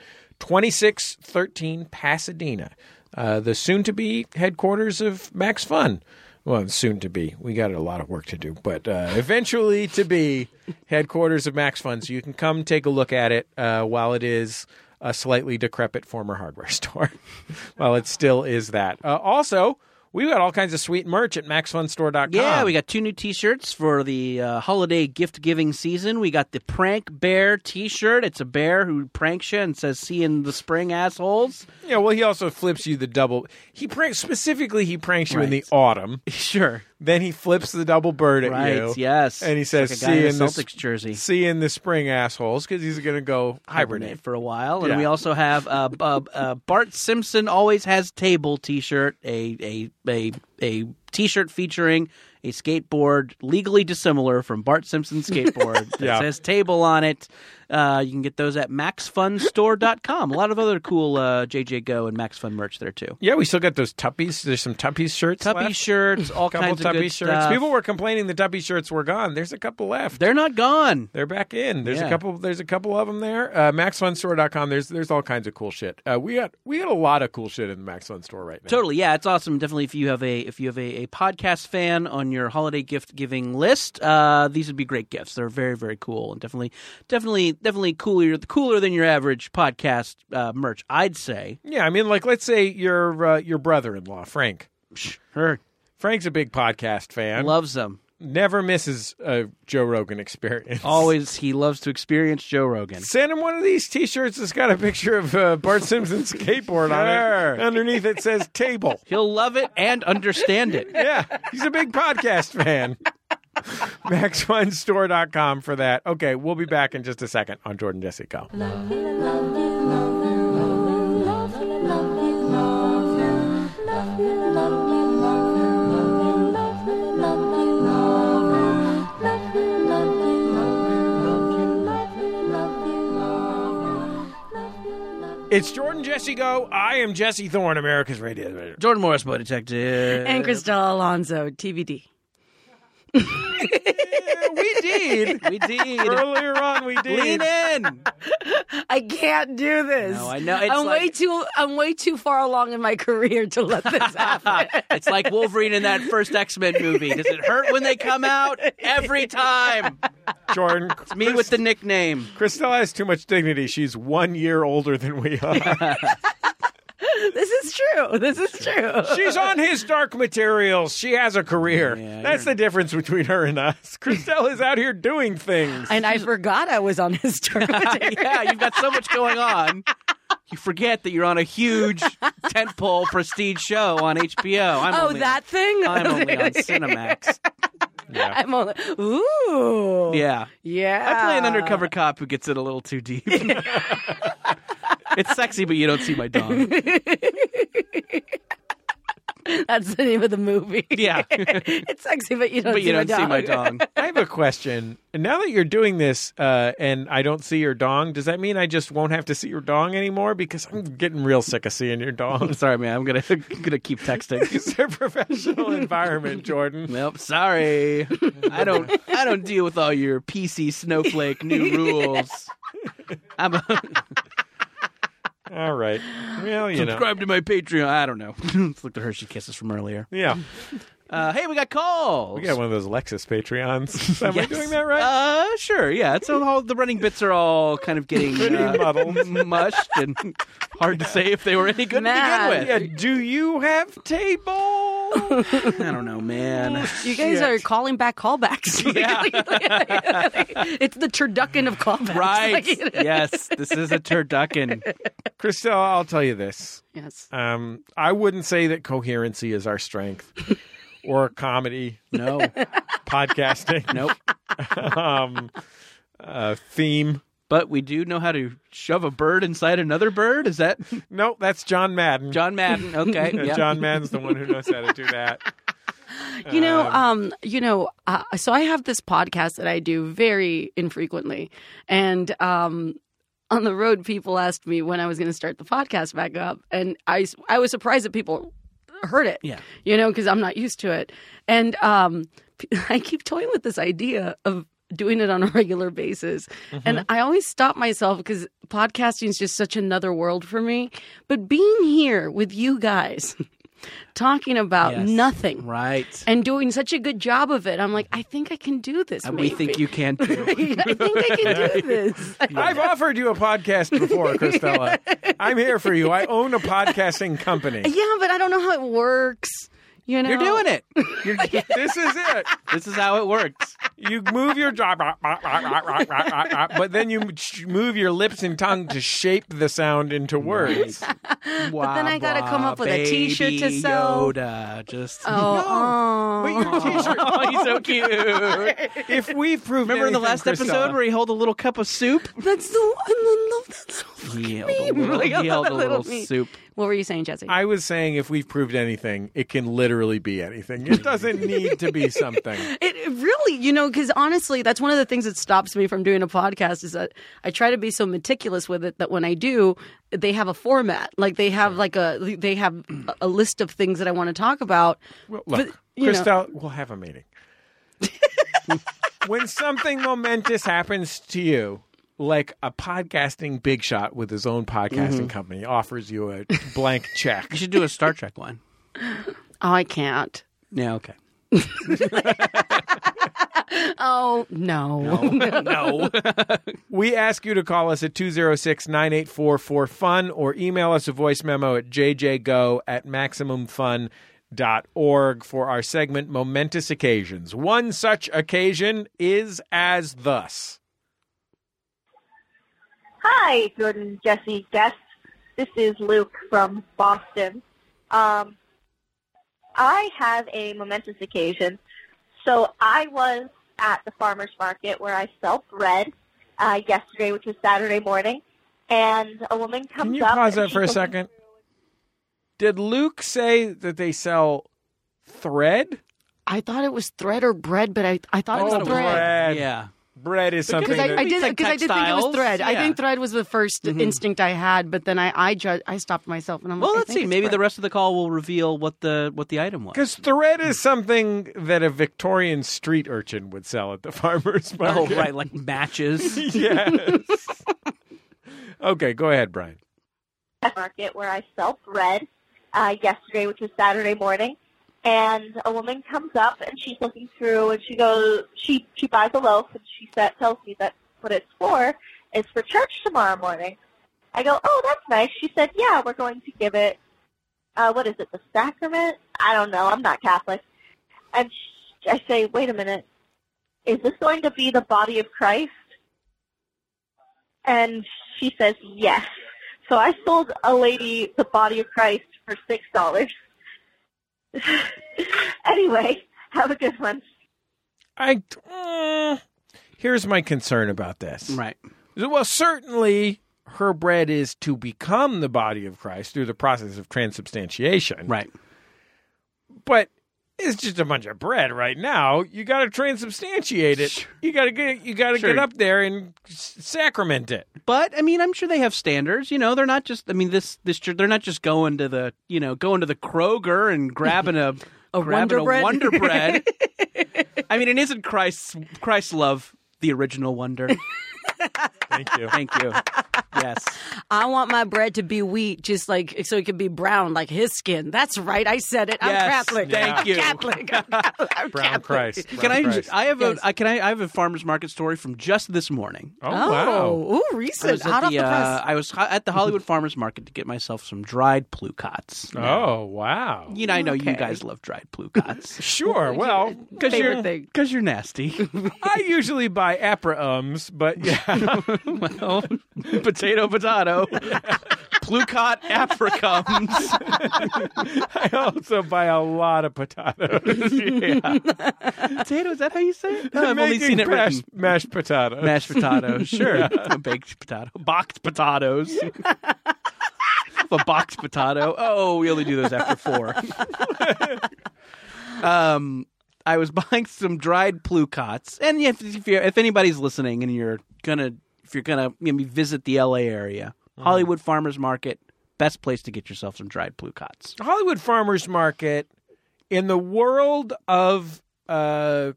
2613 Pasadena, uh, the soon to be headquarters of Max Fun. Well, soon to be. We got a lot of work to do, but uh, eventually to be headquarters of Max Fun. So you can come take a look at it uh, while it is a slightly decrepit former hardware store. while it still is that. Uh, also, we've got all kinds of sweet merch at maxfunstore.com.
Yeah, we got two new T-shirts for the uh, holiday gift giving season. We got the prank bear T-shirt. It's a bear who pranks you and says "See you in the spring, assholes."
Yeah, well, he also flips you the double. He pranks specifically. He pranks you in the
Right.
autumn.
Sure,
Then he flips the double bird at
right?
you.
Yes,
and he
It's
says,
like a guy
"See
in
you
a
in the
Celtics jersey."
See you in the spring, assholes, because he's going to go hibernate.
Hibernate for a while, and
Yeah.
we also have uh, b- uh, Bart Simpson always has table T-shirt, a a a a T-shirt featuring a skateboard legally dissimilar from Bart Simpson's skateboard that
Yeah.
says table on it. Uh, you can get those at maxfunstore.com. A lot of other cool uh, JJ Go and Max Fun merch there too.
Yeah, we still got those tuppies. There's some tuppies shirts.
Tuppy
left.
shirts, all
couple
kinds of
tuppy
good
shirts.
stuff.
People were complaining the tuppy shirts were gone. There's a couple left.
They're not gone.
They're back in. There's a
Yeah.
couple. There's a couple of them there. Uh, MaxFunStore.com. There's there's all kinds of cool shit. Uh, we got we got a lot of cool shit in the Max Fun store right now.
Totally, yeah, it's awesome. Definitely, if you have a if you have a, a podcast fan on your holiday gift giving list, uh, these would be great gifts. They're very, very cool and definitely, definitely, definitely cooler, cooler than your average podcast uh, merch, I'd say.
Yeah, I mean, like let's say your uh, your brother-in-law Frank.
Her
Frank's a big podcast fan.
loves them.
Never misses a Joe Rogan experience.
Always, he loves to experience Joe Rogan.
Send him one of these T-shirts that's got a picture of uh, Bart Simpson's skateboard on it. Underneath it says table.
He'll love it and understand it.
Yeah, he's a big podcast fan. MaxFunStore.com for that. Okay, we'll be back in just a second on Jordan Jesse Go. It's Jordan Jesse Go. I am Jesse Thorne, America's radio.
Jordan Morris, Boy Detective.
and Crystal Alonso, TBD.
we did.
We did.
Earlier on, we did.
Lean in.
I can't do this.
No, I know. It's
I'm way
like-
too. I'm way too far along in my career to let this happen.
It's like Wolverine in that first X Men movie. Does it hurt when they come out? Every time.
Jordan,
Me with the nickname.
Christelle has too much dignity. She's one year older than we are.
this is true. This is true.
She's on his dark materials. She has a career. That's the difference between her and us. Christelle is out here doing things.
And I forgot I was on his tour.
Yeah, you've got so much going on. You forget that you're on a huge tentpole prestige show on HBO. I'm
Oh,
only,
that thing.
I'm only on Cinemax.
I'm only. Ooh.
Yeah.
Yeah.
I play an undercover
Ah.
cop who gets it a little too deep. it's sexy, but you don't see my dong.
That's the name of the movie.
Yeah.
it's sexy, but you don't.
But
see
you
my
don't see my dong.
I have a question. Now that you're doing this uh, and I don't see your dong, does that mean I just won't have to see your dong anymore? Because I'm getting real sick of seeing your dong.
I'm sorry, man. I'm gonna I'm gonna keep texting.
It's a professional environment, Jordan.
Nope, sorry. I don't I don't deal with all your PC snowflake new rules. I'm a,
All right. Well, you know.
subscribe to my Patreon. I don't know. Let's look at Hershey kisses from earlier.
Yeah.
Uh, hey, we got calls.
We got one of those Lexus Patreons. Am I
Yes.
doing that right?
Uh, sure. Yeah. It's all the running bits are all kind of getting uh,
muddled.
mushed, and hard to say if they were any good
Man.
to begin
yeah. Do you have table?
with. I don't know, man.
You guys are calling back callbacks. it's the turducken of callbacks.
Right.
Like, you know.
yes. This is a turducken.
Christelle, I'll tell you this.
Yes.
Um, I wouldn't say that coherency is our strength or comedy,
No.
podcasting,
Nope.
um, uh, theme.
But we do know how to shove a bird inside another bird. Is that
No, that's John Madden.
John Madden? Okay.
Uh,
yeah.
John Madden's the one who knows how to do that.
You know, um, you know, uh, so I have this podcast that I do very infrequently, and um, on the road, people asked me when I was going to start the podcast back up, and I s- I was surprised that people heard it.
Yeah.
you know, because I'm not used to it, and um, I keep toying with this idea of doing it on a regular basis,
Mm-hmm.
and I always stop myself because podcasting is just such another world for me. But being here with you guys. Talking about
Yes.
nothing,
Right.
and doing such a good job of it. I'm like, I think I can do this.
And Uh, we think
maybe.
you can too.
I think I can do this.
I've offered you a podcast before, Christella. I'm here for you. I own a podcasting company.
yeah, but I don't know how it works. You know,
You're doing it. You're,
This is it.
this is how it works.
You move your job, but then you ch- move your lips and tongue to shape the sound into words.
But
then I gotta come up with a t-shirt to sell.
Yoda, just
Oh,
But your t-shirt,
oh, he's so cute. Remember
if we've proved
in the
anything,
last episode
Christella-
where he held a little cup of soup?
oh, that's the I love that so
He held
me.
a little, he
Like,
held a little
me.
soup.
What were you saying, Jesse?
I was saying if we've proved anything, it can literally be anything. It doesn't need to be something.
It it really, you know, because honestly, that's one of the things that stops me from doing a podcast is that I try to be so meticulous with it that when I do, they have a format. Like they have like a they have a list of things that I want to talk about. Oh,
Well, look,
But, you know-
Christelle, we'll have a meeting. when something momentous happens to you, like a podcasting big shot with his own
Mm-hmm.
podcasting company offers you a blank check.
You should do a Star Trek one.
Oh, I can't.
Yeah, okay.
Oh no.
No.
We ask you to call us at 206 984 4FUN or email us a voice memo at jjgo at maximumfun.org for our segment Momentous Occasions. One such occasion is as thus.
Hi, Jordan, Jesse, guest. This is Luke from Boston. Um, I have a momentous occasion. So I was at the farmer's market where I sell bread uh, yesterday, which was Saturday morning, and a woman comes
Can you
up.
pause
and
that
she
for a
goes,
second? Did Luke say that they sell thread?
I thought it was thread or bread, but I, I thought
Oh,
it was thread.
bread.
Yeah.
Bread is something
Because I,
that
I did
Like
because I did think it was
textiles?
thread. I
Yeah.
think thread was the 1st instinct I had, but then I I, ju- I stopped myself and I'm
Mm-hmm. Well,
like,
let's
Mm, I think
see.
it's
Maybe
bread.
the rest of the call will reveal what the what the item was.
because thread is something that a Victorian street urchin would sell at the farmer's
Oh,
market.
right, like matches.
yes. okay, go ahead, Brian.
market where I sell bread uh, yesterday, which was Saturday morning. And a woman comes up and she's looking through and she goes, she she buys a loaf and she sa tells me that what it's for is for church tomorrow morning. I go, oh, that's nice. She said, yeah, we're going to give it. Uh, what is it? The sacrament? I don't know. I'm not Catholic. And sh I say, wait a minute. Is this going to be the body of Christ? And she says, yes. So I sold a lady the body of Christ for six dollars. anyway, have a good one.
I mm, here's my concern about this.
right.
Well, certainly her bread is to become the body of Christ through the process of transubstantiation.
Right.
But it's just a bunch of bread right now. You got to transubstantiate it. You got to get you got to
Sure.
get up there and s- sacrament it.
But I mean, I'm sure they have standards. You know, they're not just. I mean, this this church- they're not just going to the you know going to the Kroger and grabbing a,
A
grabbing
Wonder Bread?
a Wonder Bread. I mean, it isn't Christ's Christ's love the original wonder.
Thank you.
Thank you. Yes.
I want my bread to be wheat, just like so it could be brown, like his skin. That's right. I said it. I'm
Yes,
Catholic.
thank
I'm
you.
Catholic. I'm Catholic. I'm
Brown
Catholic.
Christ.
Can
Brown
I?
Christ.
I have
Yes.
a. I can. I, I have a farmers market story from just this morning.
Oh,
Oh,
wow.
ooh,
I
recent,
was, at
hot off the
the,
press.
uh, I was ho- at the Hollywood Farmers Market to get myself some dried plucots.
Oh, wow.
You know, I know you
Okay.
guys love dried plucots
Sure. Well,
because
Favorite
you're
thing.
because you're nasty.
I usually buy apra-ums, but yeah.
well, potato, potato. Plucot apricums.
I also buy a lot of potatoes.
potato, is that how you say it? No, I've only
Making
seen it
mashed,
written.
mashed potatoes.
Mashed potato, sure. A baked potato. Boxed potatoes. a boxed potato. Oh, we only do those after four. um, I was buying some dried plucots, and if if, you're, if anybody's listening, and you're gonna if you're gonna maybe visit the L.A. area,
Uh-huh.
Hollywood Farmers Market, best place to get yourself some dried plucots.
Hollywood Farmers Market in the world of uh,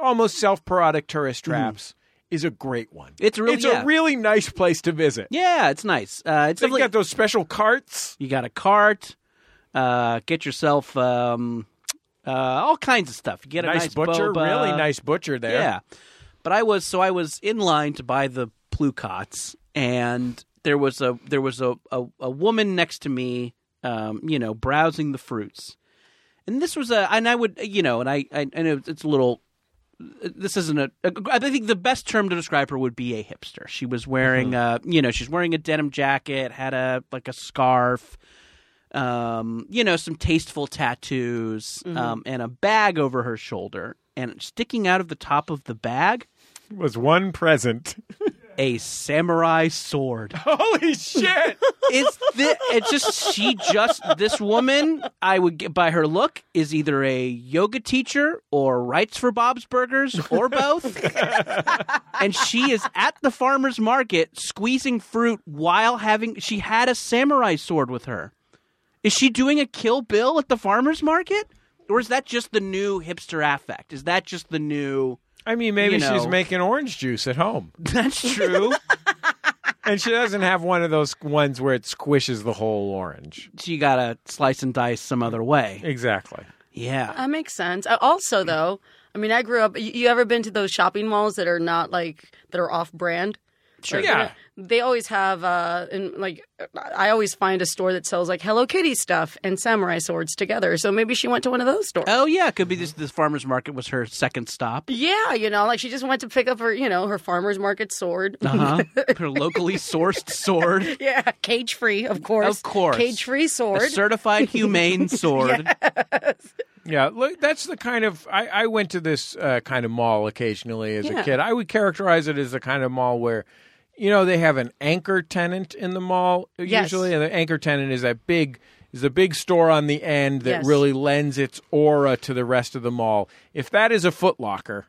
almost self-parodic tourist traps is a great one.
Hmm. It's really
it's
yeah.
a really nice place to visit.
yeah, it's nice. Uh, it's
They
definitely-
got those special carts.
You got a cart. Uh, get yourself um, uh, all kinds of stuff. You get a nice,
nice, butcher,
boba.
really nice butcher there.
Yeah, but I was so I was in line to buy the plucots, and there was a there was a a, a woman next to me, um, you know, browsing the fruits, and this was a and I would you know, and I I, I know it's a little. This isn't a. I think the best term to describe her would be a hipster. She was wearing a, you know, she's wearing a denim jacket, had a like a scarf, um, you know, some tasteful tattoos, um, and a bag over her shoulder. And sticking out of the top of the bag,
was one present.
a samurai sword.
Holy shit!
It's the, it's just she just this woman. I would get by her look is either a yoga teacher or writes for Bob's Burgers or both. and she is at the farmer's market squeezing fruit while having she had a samurai sword with her. Is she doing a kill bill at the farmer's market? Or is that just the new hipster affect? Is that just the new
I mean, maybe
You
she's
know.
making orange juice at home.
That's true.
And she doesn't have one of those ones where it squishes the whole orange.
she gotta slice and dice some other way.
Exactly.
Yeah.
That makes sense. Uh, Also, though, I mean, I grew up. You, you ever been to those shopping malls that are not like that are off brand? Sure.
Yeah.
They always have, uh, and like, I always find a store that sells like Hello Kitty stuff and samurai swords together. So maybe she went to one of those stores.
Oh yeah, it could be this. This farmer's market was her second stop.
Yeah, you know, like she just went to pick up her, you know, her farmer's market sword.
Uh huh. her locally sourced sword,
yeah, cage free, of course.
Of course.
cage free
a
sword.
certified humane sword.
Yeah, look, that's the kind of I, I went to this uh, kind of mall occasionally as
Yeah.
a kid. I would characterize it as the kind of mall where, you know, they have an anchor tenant in the mall
Yes.
usually, and the anchor tenant is that big is the big store on the end that
Yes.
really lends its aura to the rest of the mall. If that is a Foot Locker,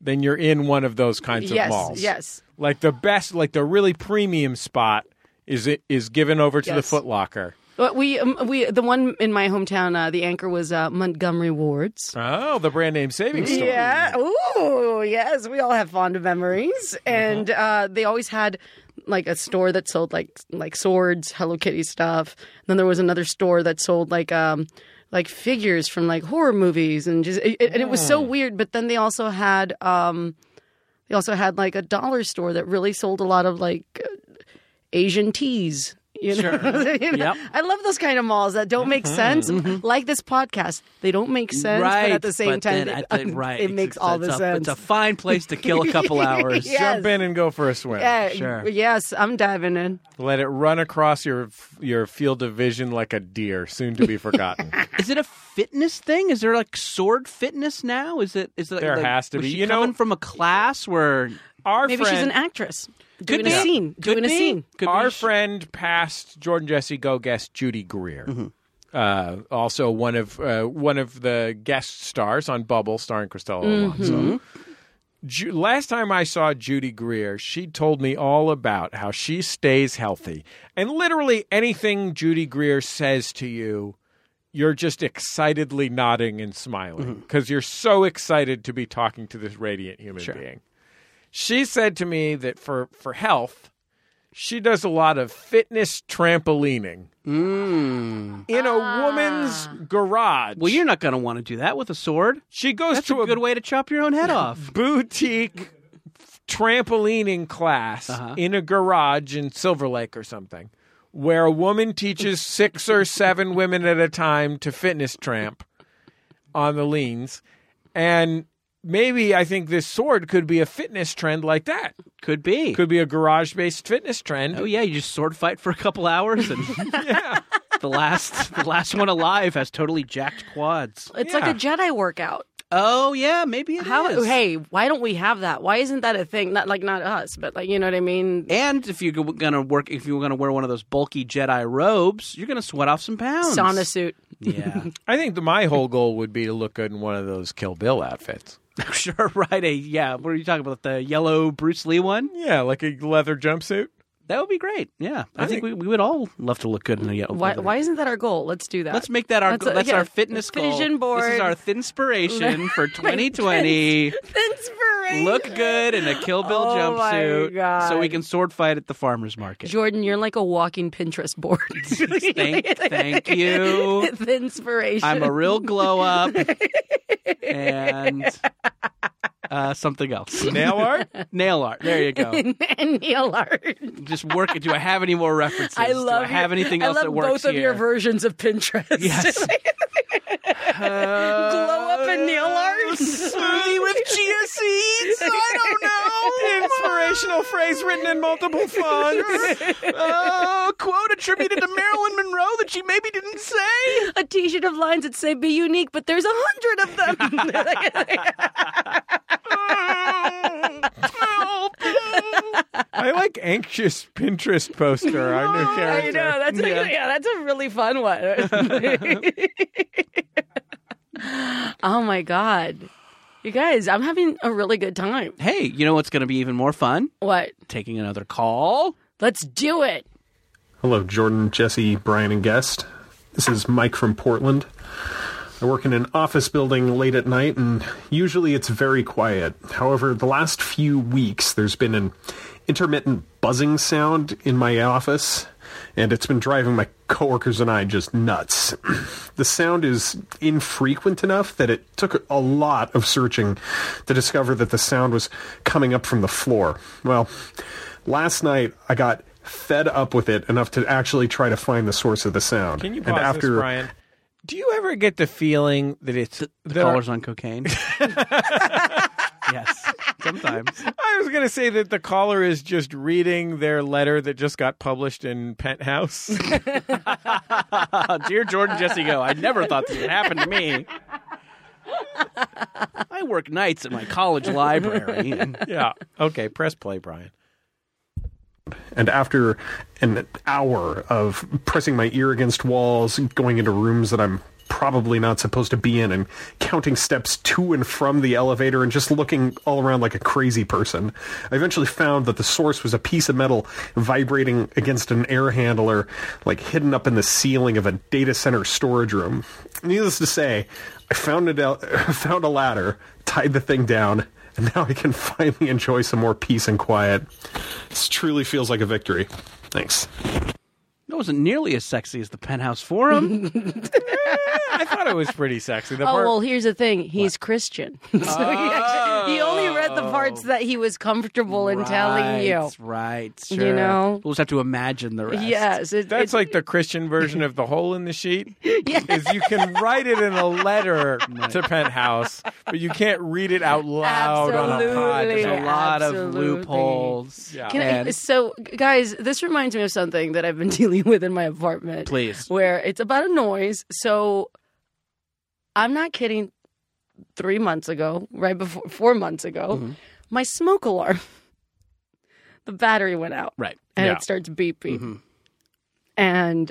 then you're in one of those kinds
yes,
of malls.
yes.
like the best, like the really premium spot is it is given over to the
Yes.
Foot Locker.
But we, um, we, the one in my hometown, uh, the anchor was uh, Montgomery Ward's.
Oh, the brand name savings store.
Yeah. Ooh, yes. We all have fond memories, and uh, they always had like a store that sold like like swords, Hello Kitty stuff. And then there was another store that sold like um like figures from like horror movies, and just it, it- and it was so weird. But then they also had um they also had like a dollar store that really sold a lot of like Asian teas. You know, You know?
Yep.
I love those kind of malls that don't make sense. Like this podcast, they don't make sense,
right.
but at the same
but
time,
then
it,
at the- right.
it makes
It's-
all
it's
the
a- It's
sense.
a fine place to kill a couple hours.
Yeah.
Jump in and go for a swim.
yeah,
Sure.
Yes, I'm diving in.
Let it run across your your field of vision like a deer, soon to be forgotten.
Is it a fitness thing? Is there like sword fitness now? Is it? Is it like,
There has to
was
be.
She
You know-
coming from a class where
Our
Maybe
friend,
she's an actress doing
be.
a scene,
Could
doing
be.
a scene.
Could be.
our
Sh-
friend past Jordan Jesse Go guest Judy Greer,
Mm-hmm.
uh, also one of uh, one of the guest stars on Bubble, starring Cristela Alonso. Ju- last time I saw Judy Greer, she told me all about how she stays healthy, and literally anything Judy Greer says to you. You're just excitedly nodding and smiling because you're so excited to be talking to this radiant human being. She said to me that for, for health, she does a lot of fitness trampolining in a woman's garage.
Ah. Well, you're not going to want to do that with a sword.
she goes
That's a
to a,
good way to chop your own head off.
boutique trampolining class in a garage in Silver Lake or something, where a woman teaches six or seven women at a time to fitness tramp on the leans, and maybe I think this sword could be a fitness trend like that.
Could be.
Could be a garage-based fitness trend.
Oh yeah, you just sword fight for a couple hours, and the last the last one alive has totally jacked quads.
It's like a Jedi workout.
Oh yeah, maybe it
How?
is.
Hey, why don't we have that? Why isn't that a thing? Not like not us, but like you know what I mean.
And if you're gonna work, if you're gonna wear one of those bulky Jedi robes, you're gonna sweat off some pounds.
Sauna suit.
Yeah,
I think the, my whole goal would be to look good in one of those Kill Bill outfits.
sure. Right. A, yeah. What are you talking about? The yellow Bruce Lee one?
Yeah, like a leather jumpsuit.
That would be great. Yeah. I, think, we, we would all love to look good in a yellow.
Why,
leather.
why isn't that our goal? Let's do that.
Let's make that our
That's
that's,
a-
that's
yeah,
our fitness goal. This
vision
is
board.
our inspiration for 2020.
inspiration.
Look good in a Kill Bill
Oh my
jumpsuit, so we
God.
can sword fight at the farmers market.
Jordan, you're like a walking Pinterest board.
Thank, thank you.
the inspiration.
I'm a real glow up, and uh, something else.
Nail art?
Nail art. There you go.
and nail art.
Just work. it. Do I have any more references?
I love
Do I have
your-
anything
I
else
love
that works
both of your
here?
versions of Pinterest.
Yes. Uh,
Glow up and
Oh.
nail art.
Smoothie with chia seeds. I don't know.
Inspirational phrase written in multiple fonts.
Oh, quote attributed to Marilyn Monroe that she maybe didn't say.
A T-shirt of lines that say "Be unique," but there's a hundred of them.
Oh. I like anxious Pinterest poster, our
Oh,
new
I
character.
know that's yeah. A, yeah, that's a really fun one. oh my god, you guys, I'm having a really good time.
Hey, you know what's going to be even more fun?
What?
Taking another call.
Let's do it.
Hello, Jordan, Jesse, Brian, and guest. This is Mike from Portland. I work in an office building late at night, and usually it's very quiet. However, the last few weeks, there's been an intermittent buzzing sound in my office, and it's been driving my coworkers and I just nuts. the sound is infrequent enough that it took a lot of searching to discover that the sound was coming up from the floor. Well, last night I got fed up with it enough to actually try to find the source of the sound.
Can you pause
and after
this, Brian? Do you ever get the feeling that it's the,
The caller's on cocaine. yes, sometimes.
I was going to say that the caller is just reading their letter that just got published in Penthouse.
Uh, dear Jordan Jesse Go, I never thought this would happen to me. I work nights at my college library. and-
yeah. Okay. Press play, Brian.
And after an hour of pressing my ear against walls, going into rooms that I'm probably not supposed to be in, and counting steps to and from the elevator, and just looking all around like a crazy person, I eventually found that the source was a piece of metal vibrating against an air handler, like hidden up in the ceiling of a data center storage room. Needless to say, I found it out, found a ladder, tied the thing down, and now I can finally enjoy some more peace and quiet. This truly feels like a victory. Thanks.
That wasn't nearly as sexy as the penthouse forum.
I thought it was pretty sexy. The
Oh
part-
well, here's the thing. He's Christian, so he, actually, he only read the parts that he was comfortable in telling you.
Oh. Right, right,
You
sure.
know?
we'll just have to imagine the rest.
Yes, it,
That's
it-
like the Christian version of the hole in the sheet. Is you can write it in a letter to Penthouse, but you can't read it out loud on a
Absolutely.
Oh, There's
pod.
a lot of
Absolutely.
loopholes.
Yeah.
Can I,
And-
so, guys, this reminds me of something that I've been dealing with in my apartment.
Please.
Where it's about a noise. So, I'm not kidding. Three months ago, right before four months ago, my smoke alarm, the battery went out.
Right.
And
Yeah.
it starts beeping. And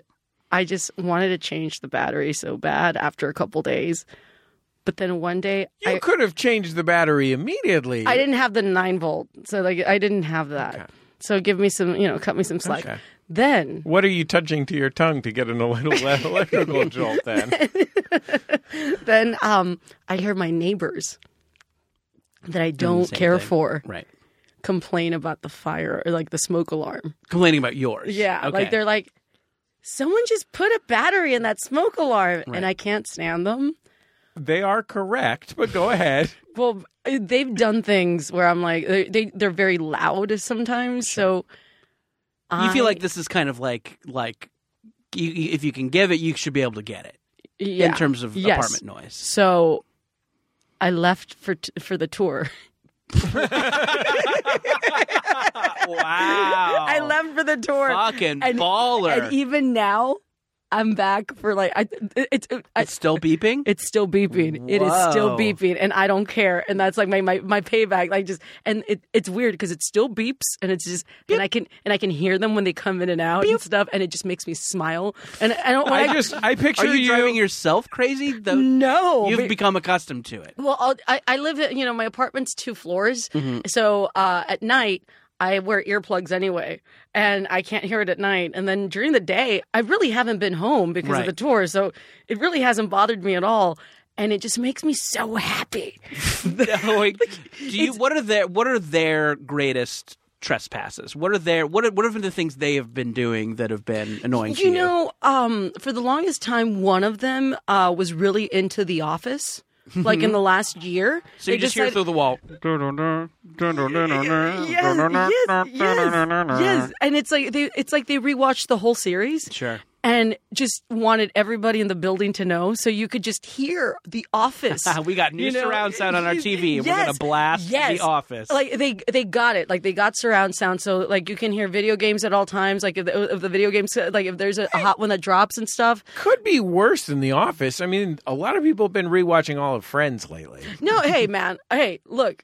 I just wanted to change the battery so bad after a couple days. But then one day,
You
I,
could have changed the battery immediately.
I didn't have the nine volt, so like I didn't have that. So give me some, you know, cut me some slack.
Okay.
Then
What are you touching to your tongue to get an ele- electrical jolt then?
then um, I hear my neighbors that I don't
same
care
thing.
for
Right.
complain about the fire or like the smoke alarm.
Complaining about yours.
Yeah,
Okay.
like they're like, someone just put a battery in that smoke alarm, and I can't stand them.
They are correct, but go ahead.
Well, eh, they've done things where I'm like, they, they they're very loud sometimes, so.
you feel
I-
like this is kind of like like you, you- if you can give it, you should be able to get it
yeah.
in terms of
Yes.
apartment noise.
So I left for t- for the tour.
Wow.
I left for the tour.
Fucking
And-
baller.
And even now, I'm back for like I, it's it, I,
it's still beeping.
it's still beeping. It is
Whoa.
still beeping, and I don't care. And that's like my my, my payback. Like just and it, it's weird because it still beeps, and it's just and I can and I can hear them when they come in and out and stuff, and it just makes me smile. And I don't. When
I just I
Are
picture
you, driving yourself crazy? The,
no.
You've
be-
become accustomed to it.
Well, I'll, I I live in you know my apartment's two floors,
Mm-hmm.
so uh, at night I wear earplugs anyway, and I can't hear it at night. And then during the day, I really haven't been home because
Right.
of the tour, so it really hasn't bothered me at all. And it just makes me so happy.
Like, do you? What are their What are their greatest trespasses? What are their What are, What are the things they have been doing that have been annoying to
You know, um, for the longest time, one of them uh, was really into The Office. Like in the last year,
Mm-hmm. So you
They
just hear
decided-
through the wall.
yes, yes, yes, yes, and it's like they it's like they rewatched the whole series.
Sure.
and just wanted everybody in the building to know so you could just hear the office
we got new
You know,
surround sound on our TV, and we're
yes,
gonna blast
yes.
the office.
like they they got it like they got surround sound so like you can hear video games at all times like if the, if the video games like if there's a, a hot one that drops and stuff
could be worse than The Office. I mean, a lot of people have been rewatching all of Friends lately.
no hey man hey look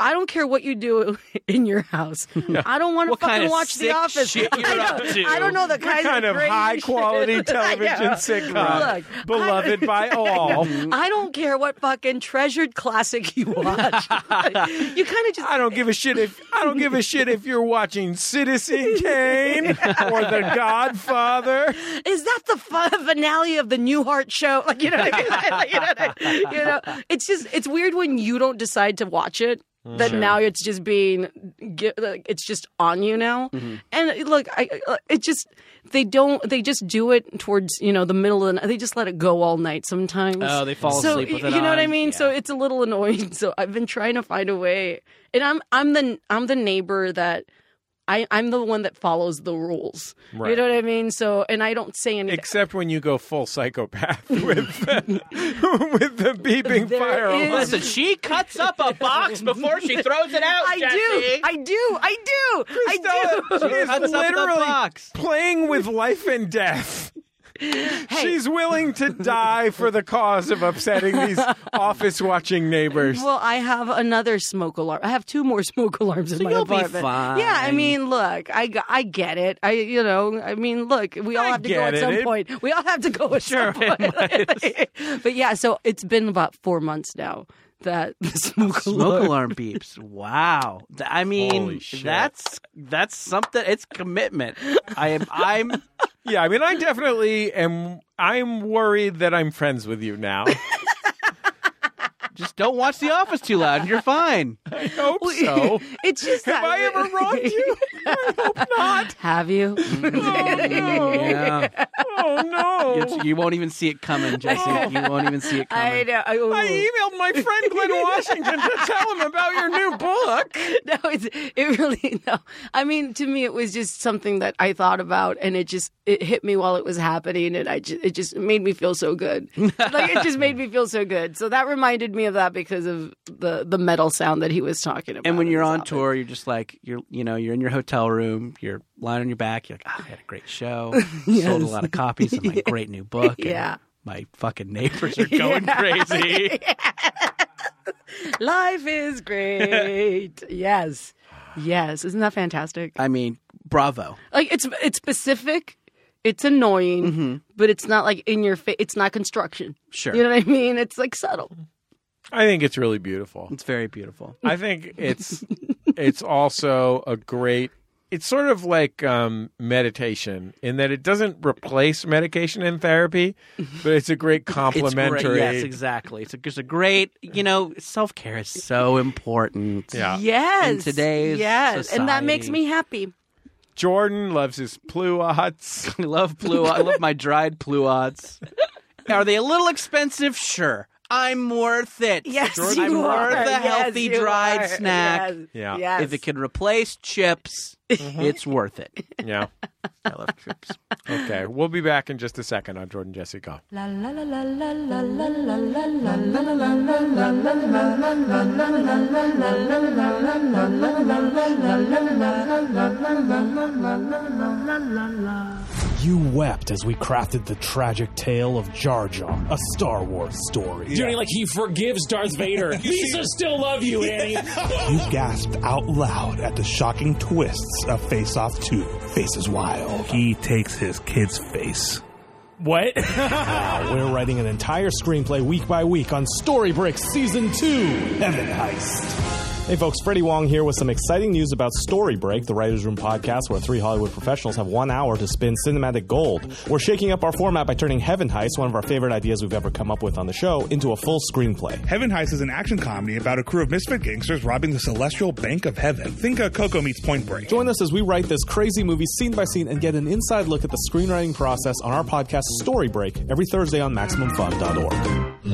I don't care what you do in your house. I don't want to
What
fucking
kind of
watch
sick
The Office.
shit you're
I, know,
up to.
I don't know the
What kind of
crazy
high
shit.
quality
I
television
know.
sitcom,
Look, I-
beloved by all.
I don't care what fucking treasured classic you watch. you kind of just
I don't give a shit if I don't give a shit if you're watching Citizen Kane or The Godfather.
is that the fu- finale of the Newhart show? Like you know, what I mean? Like, you, know what I- you know, it's just it's weird when you don't decide to watch it
Mm.
that now it's just being gi- like, it's just on you now
Mm-hmm.
and look I, I- it just they don't they just do it towards you know the middle of the night they just let it go all night sometimes
Oh, they fall
so
asleep with
y-
it
you know what i
on.
mean
Yeah.
so it's a little annoying so i've been trying to find a way and i'm i'm the i'm the neighbor that I, I'm the one that follows the rules. You
Right.
know what I mean? So, and I don't say anything.
Except when you go full psychopath with the, with the beeping
There
fire
is-
alarm.
Listen, she cuts up a box before she throws it out.
I do. I do. I do. I do.
Stella, She
Cuts up the
is literally
box.
playing with life and death. She's willing to die for the cause of upsetting these office watching neighbors.
Well, I have another smoke alarm. I have two more smoke alarms in my
you'll be
apartment.
fine.
Yeah, I mean, look, I, g- I get it. I you know, I mean, look, we all
I
have to go
get
at
it.
some
It-
point. We all have to go at some point. but yeah, so it's been about four months now that the smoke
Smoke
alarm.
alarm beeps. Wow. Th- I mean,
Holy shit.
that's that's something. It's commitment. I am. I'm.
Yeah, I mean, I definitely am. I'm worried that I'm friends with you now.
Just don't watch The Office too loud, and you're fine.
I hope so.
It's just
Have
that-
I ever wronged you? I hope not.
Have you?
Oh, no.
Yeah.
Oh, no.
It's- you won't even see it coming, Jesse. You won't even see it
I
coming.
know. Oh. I,
I emailed my friend Glenn Washington to tell him
Oh,
about your new book.
no, it's it really no. I mean, to me, it was just something that I thought about, and it just it hit me while it was happening, and I just it just made me feel so good. like it just made me feel so good. So that reminded me of that because of the the metal sound that he was talking about.
And when
in
you're
his
on
outfit.
tour, you're just like you're. You know, you're in your hotel room. You're lying on your back. You're like, oh, I had a great show. Sold a lot of copies of my great new book. and
Yeah.
My fucking neighbors are going crazy.
life is great. yes, yes, isn't that fantastic?
I mean, bravo.
Like it's it's specific. It's annoying, but it's not like in your face. It's not construction.
Mm-hmm. Sure.
You know what I mean? It's like subtle.
I think it's really beautiful.
It's very beautiful.
I think it's it's also a great it's sort of like um, meditation in that it doesn't replace medication and therapy, but it's a great
It's great.
complementary.
Yes, exactly. It's a, it's a great, you know, self care is so important.
Yeah.
Yes.
uh, in today's
yes, and that makes
society.
me happy.
Jordan loves his pluots.
I love blue. I love my dried pluots. Are they a little expensive? Sure. I'm worth it.
Yes,
Jordan,
you
I'm
are.
worth a
Yes,
healthy
you
dried
are.
snack.
Yes.
Yeah.
Yes.
If it can replace chips, it's worth it.
Yeah.
I love chips.
Okay. We'll be back in just a second on Jordan Jesse Go.
La la la la la la la la la la
You wept as we crafted the tragic tale of Jar Jar, a Star Wars story.
doing like he forgives Darth Vader. Lisa still love you, Annie.
You gasped out loud at the shocking twists of Face Off 2. Faces Wild. He takes his kid's face.
what?
Now we're writing an entire screenplay week by week on Storybricks Season 2 Heaven Heist. Hey folks, Freddie Wong here with some exciting news about Story Break, the Writers Room podcast where three Hollywood professionals have one hour to spin cinematic gold. We're shaking up our format by turning Heaven Heist, one of our favorite ideas we've ever come up with on the show, into a full screenplay.
Heaven Heist is an action comedy about a crew of misfit gangsters robbing the celestial bank of heaven. Think of Coco meets Point Break.
Join us as we write this crazy movie scene by scene and get an inside look at the screenwriting process on our podcast Story Break every Thursday on MaximumFun.org.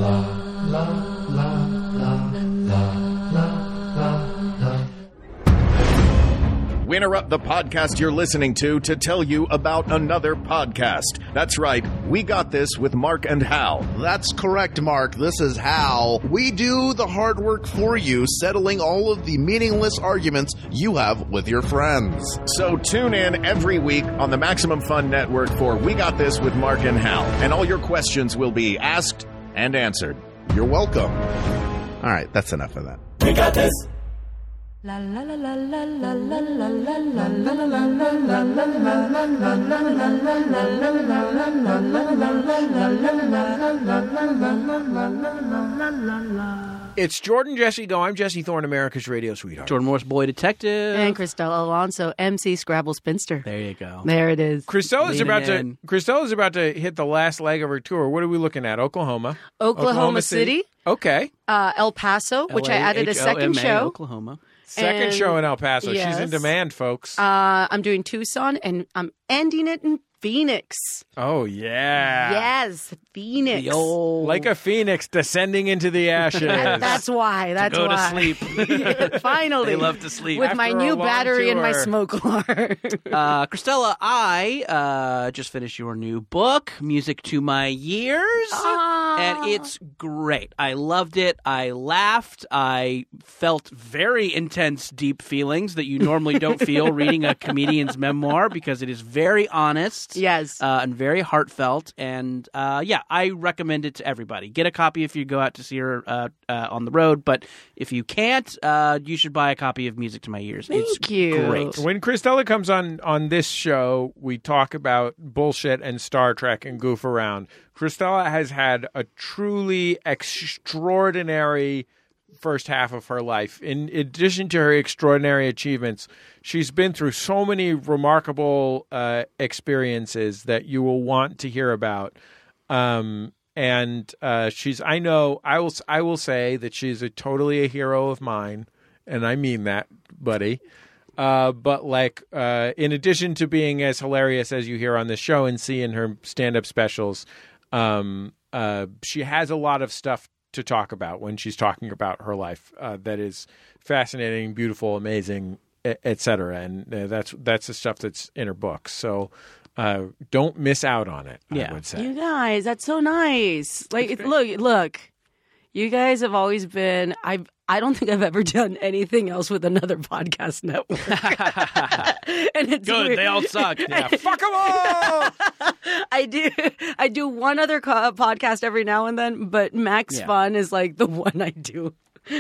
We interrupt the podcast you're listening to to tell you about another podcast. That's right, we got this with Mark and Hal. That's correct, Mark. This is Hal. We do the hard work for you, settling all of the meaningless arguments you have with your friends. So tune in every week on the Maximum Fun Network for We Got This with Mark and Hal, and all your questions will be asked and answered. You're welcome. All right, that's enough of that.
la
It's Jordan Jesse Go. I'm Jesse Thorne, America's radio sweetheart.
Jordan Morris, boy detective.
And Christelle Alonso, MC Scrabble Spinster.
There you go.
There it is.
Christelle is
Leaning
about
in.
to Christelle is about to hit the last leg of her tour. What are we looking at? Oklahoma,
Oklahoma City.
Okay,
Uh, El Paso, which I added a second
LAHOMA,
show.
Oklahoma.
second
And-
show in El Paso. She's in
yes.
demand, folks.
Uh, I'm doing Tucson, and I'm ending it in Phoenix.
oh yeah,
Yes, Phoenix.
Ah. The old
like a phoenix descending into the ashes.
That- that's why. That's
go to
why.
sleep.
Finally,
they love to sleep.
with my
After a
new
long
battery and my
tour.
smoke alarm.
uh, Christella, I uh, just finished your new book, Music to My Years. And it's great. I loved it. I laughed. I felt very intense, deep feelings that you normally don't feel reading a comedian's memoir because it is very honest
yes.
uh, and very heartfelt. And uh, yeah, I recommend it to everybody. Get a copy if you go out to see her uh, uh, on the road, but if you can't, uh, you should buy a copy of Music to My Ears. it's
Thank you.
great.
When Christella comes on on this show, we talk about bullshit and Star Trek and goof around. Christella has had a truly extraordinary first half of her life. In addition to her extraordinary achievements, she's been through so many remarkable uh, experiences that you will want to hear about. Um, and uh, she's I know I will s- I will say that she's a totally a hero of mine, and I mean that, buddy. Uh, but like, uh, in addition to being as hilarious as you hear on the show and see in her stand-up specials, um, uh, she has a lot of stuff to talk about when she's talking about her life uh, that is fascinating, beautiful, amazing, e- et cetera. And uh, that's that's the stuff that's in her book. So uh, don't miss out on it. I
Yeah.
would say.
You guys, that's so nice. Like, it- look, look. You guys have always been. I have I don't think I've ever done anything else with another podcast network. and it's
Good.
weird.
They all suck.
yeah, fuck 'em all.
I do. I do one other co- podcast every now and then, but Max
Yeah.
Fun is like the one I do.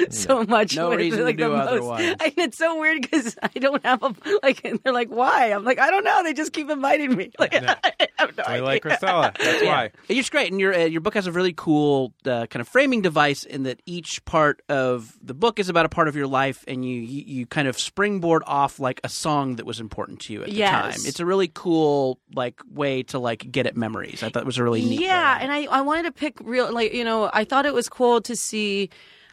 So much,
No
with,
reason to
like
do
the
otherwise.
most. And it's so weird because I don't have a like. And they're like, "Why?" I'm like, "I don't know." They just keep inviting me. Like, I have no
I
idea.
like Christella. That's why.
It's just great, and your uh, your book has a really cool uh, kind of framing device in that each part of the book is about a part of your life, and you you, you kind of springboard off like a song that was important to you at the
Yes.
time. It's a really cool like way to like get at memories. I thought it was a really neat.
yeah
way.
and I, I wanted to pick real like you know i thought it was cool to see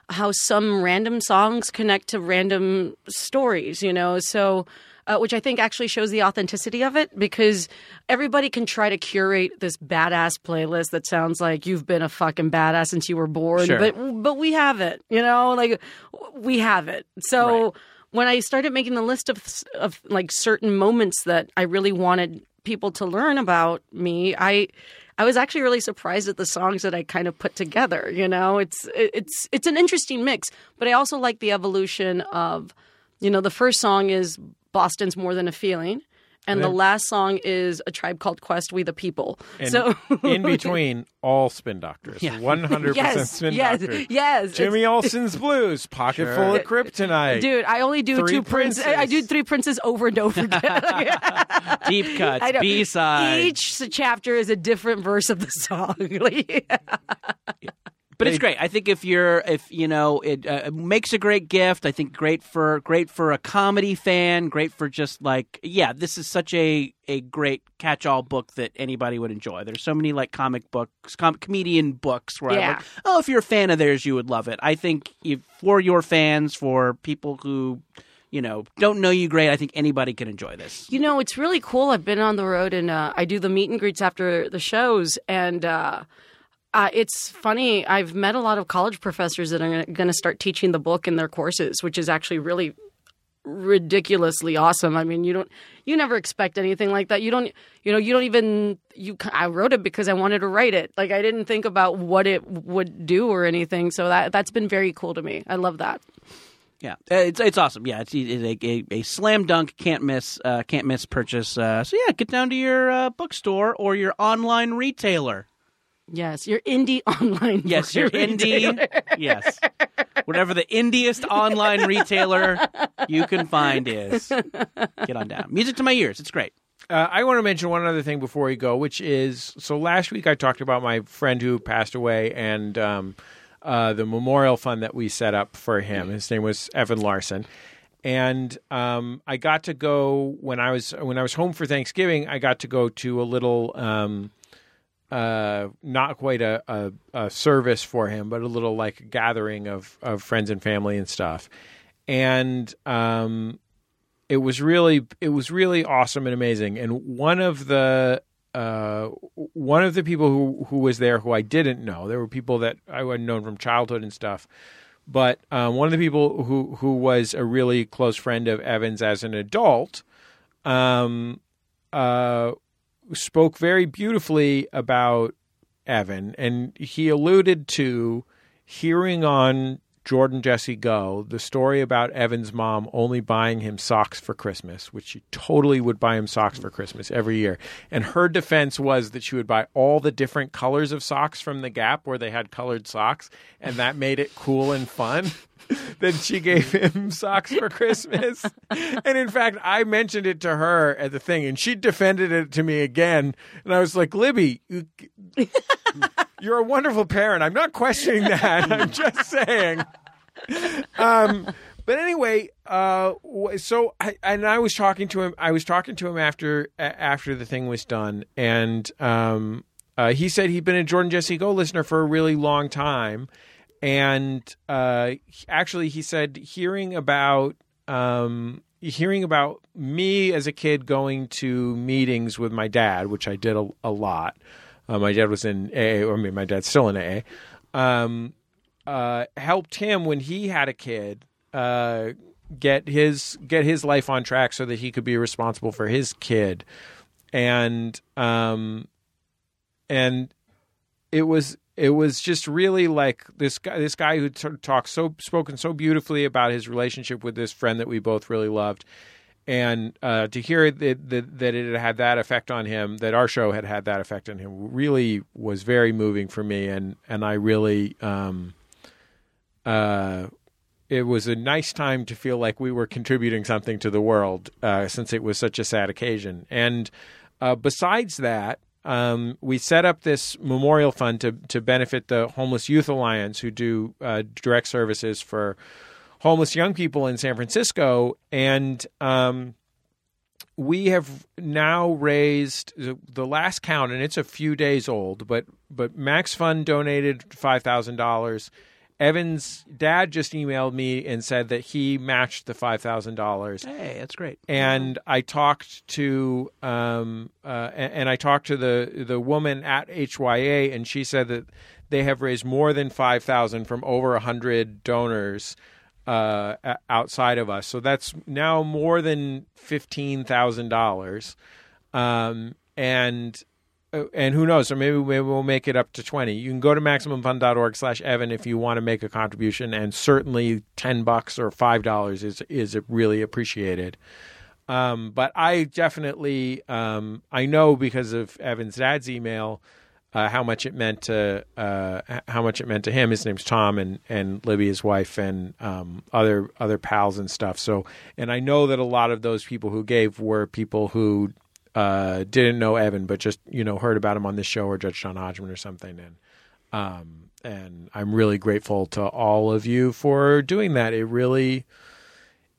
how some random songs connect to random stories you know so uh, which i think actually shows the authenticity of it because everybody can try to curate this badass playlist that sounds like you've been a fucking badass since you were born
Sure.
but but we have it you know like w- we have it so when I started making the list of of like certain moments that I really wanted people to learn about me, I I was actually really surprised at the songs that I kind of put together. You know, it's it's it's an interesting mix, but I also like the evolution of, you know, the first song is Boston's "More Than a Feeling," and the last song is "A Tribe Called Quest," "We the People."
And
so
in between, all spin doctors.
Yeah.
One hundred percent
yes,
spin
yes,
doctors.
yes, it's-
Jimmy Olsen's Blues, Pocket Full of Kryptonite.
Dude, I only do
Three
two princes. I do
Princes.
three princes over and over again.
deep
I
cuts,
don't-
B sides.
Each chapter is a different verse of the song. Like,
But it's great. I think if you're, if you know, it uh, it makes a great gift. I think great for great for a comedy fan. Great for just like, yeah, this is such a a great catch all book that anybody would enjoy. There's so many like comic books, com- comedian books where I'm
Yeah.
like, oh, if you're a fan of theirs, you would love it. I think if, for your fans, for people who, you know, don't know you great, I think anybody can enjoy this.
you know, it's really cool. I've been on the road and uh, I do the meet and greets after the shows, and uh, uh, it's funny. I've met a lot of college professors that are going to start teaching the book in their courses, which is actually really ridiculously awesome. I mean, you don't you never expect anything like that. You don't you know, you don't even you c- I wrote it because I wanted to write it. Like I didn't think about what it would do or anything. So that that's been very cool to me. I love that.
Yeah, Uh, it's it's awesome. Yeah, it's, it's a, a, a slam dunk, can't miss, uh, can't miss purchase. Uh, so yeah, get down to your uh, bookstore or your online retailer.
Yes, your indie online.
Yes, your indie. yes, whatever the indiest online retailer you can find is. Get on down. Music to my ears. It's great.
Uh, I want to mention one other thing before we go, which is so last week I talked about my friend who passed away and um, uh, the memorial fund that we set up for him. His name was Evan Larson, and um, I got to go when I was when I was home for Thanksgiving. I got to go to a little. Um, uh, not quite a, a, a service for him, but a little like gathering of, of friends and family and stuff. And um, it was really it was really awesome and amazing. And one of the uh, one of the people who who was there who I didn't know, there were people that I had known from childhood and stuff. But um, one of the people who who was a really close friend of Evans as an adult, um, uh, spoke very beautifully about Evan, and he alluded to hearing on Jordan Jesse Go the story about Evan's mom only buying him socks for Christmas, which she totally would buy him socks for Christmas every year. And her defense was that she would buy all the different colors of socks from the Gap where they had colored socks, and that made it cool and fun. that she gave him socks for Christmas. and in fact, I mentioned it to her at the thing, and she defended it to me again. And I was like, Libby, you, you're a wonderful parent. I'm not questioning that. I'm just saying. Um, but anyway, uh, wh- so I, and I was talking to him. I was talking to him after a- after the thing was done, and um, uh, he said he'd been a Jordan Jesse Go listener for a really long time, and uh, he- actually, he said hearing about um, hearing about me as a kid going to meetings with my dad, which I did a, a lot. Uh, my dad was in AA, or I mean, my dad's still in AA. Um, uh, helped him when he had a kid uh, get his get his life on track so that he could be responsible for his kid, and um, and it was it was just really like this guy this guy who t- talked so spoken so beautifully about his relationship with this friend that we both really loved and uh, to hear that, that that it had had that effect on him that our show had had that effect on him really was very moving for me and and I really um uh it was a nice time to feel like we were contributing something to the world uh, since it was such a sad occasion. And uh, besides that, um, we set up this memorial fund to, to benefit the Homeless Youth Alliance, who do uh, direct services for homeless young people in San Francisco. And um, we have now raised the the last count, and it's a few days old, but but Max Fund donated five thousand dollars. Evan's dad just emailed me and said that he matched the five thousand dollars.
Hey, that's great.
And I talked to um uh, and, and I talked to the the woman at HYA, and she said that they have raised more than five thousand from over hundred donors uh, o- outside of us. So that's now more than fifteen thousand dollars, um, and uh, and who knows? Or maybe, maybe we'll make it up to twenty. You can go to maximumfund.org/evan if you want to make a contribution, and certainly ten bucks or five dollars is is really appreciated. Um, but I definitely um, I know because of Evan's dad's email uh, how much it meant to uh, h- how much it meant to him. His name's Tom, and and Libby, his wife, and um, other other pals and stuff. So, and I know that a lot of those people who gave were people who uh, didn't know Evan, but just you know heard about him on this show or Judge John Hodgman or something. And um, and I'm really grateful to all of you for doing that. It really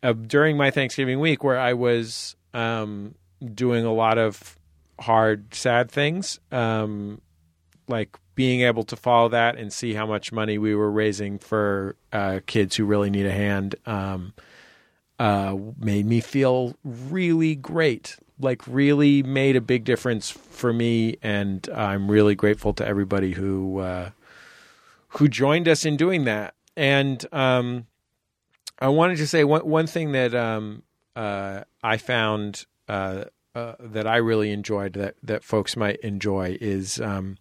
uh, during my Thanksgiving week where I was um, doing a lot of hard, sad things, um, like being able to follow that and see how much money we were raising for uh, kids who really need a hand um, uh, made me feel really great. Like, really made a big difference for me. And I'm really grateful to everybody who. Uh, who joined us in doing that. And um, I wanted to say one one thing that um, uh, I found uh, uh, that I really enjoyed that that folks might enjoy is um,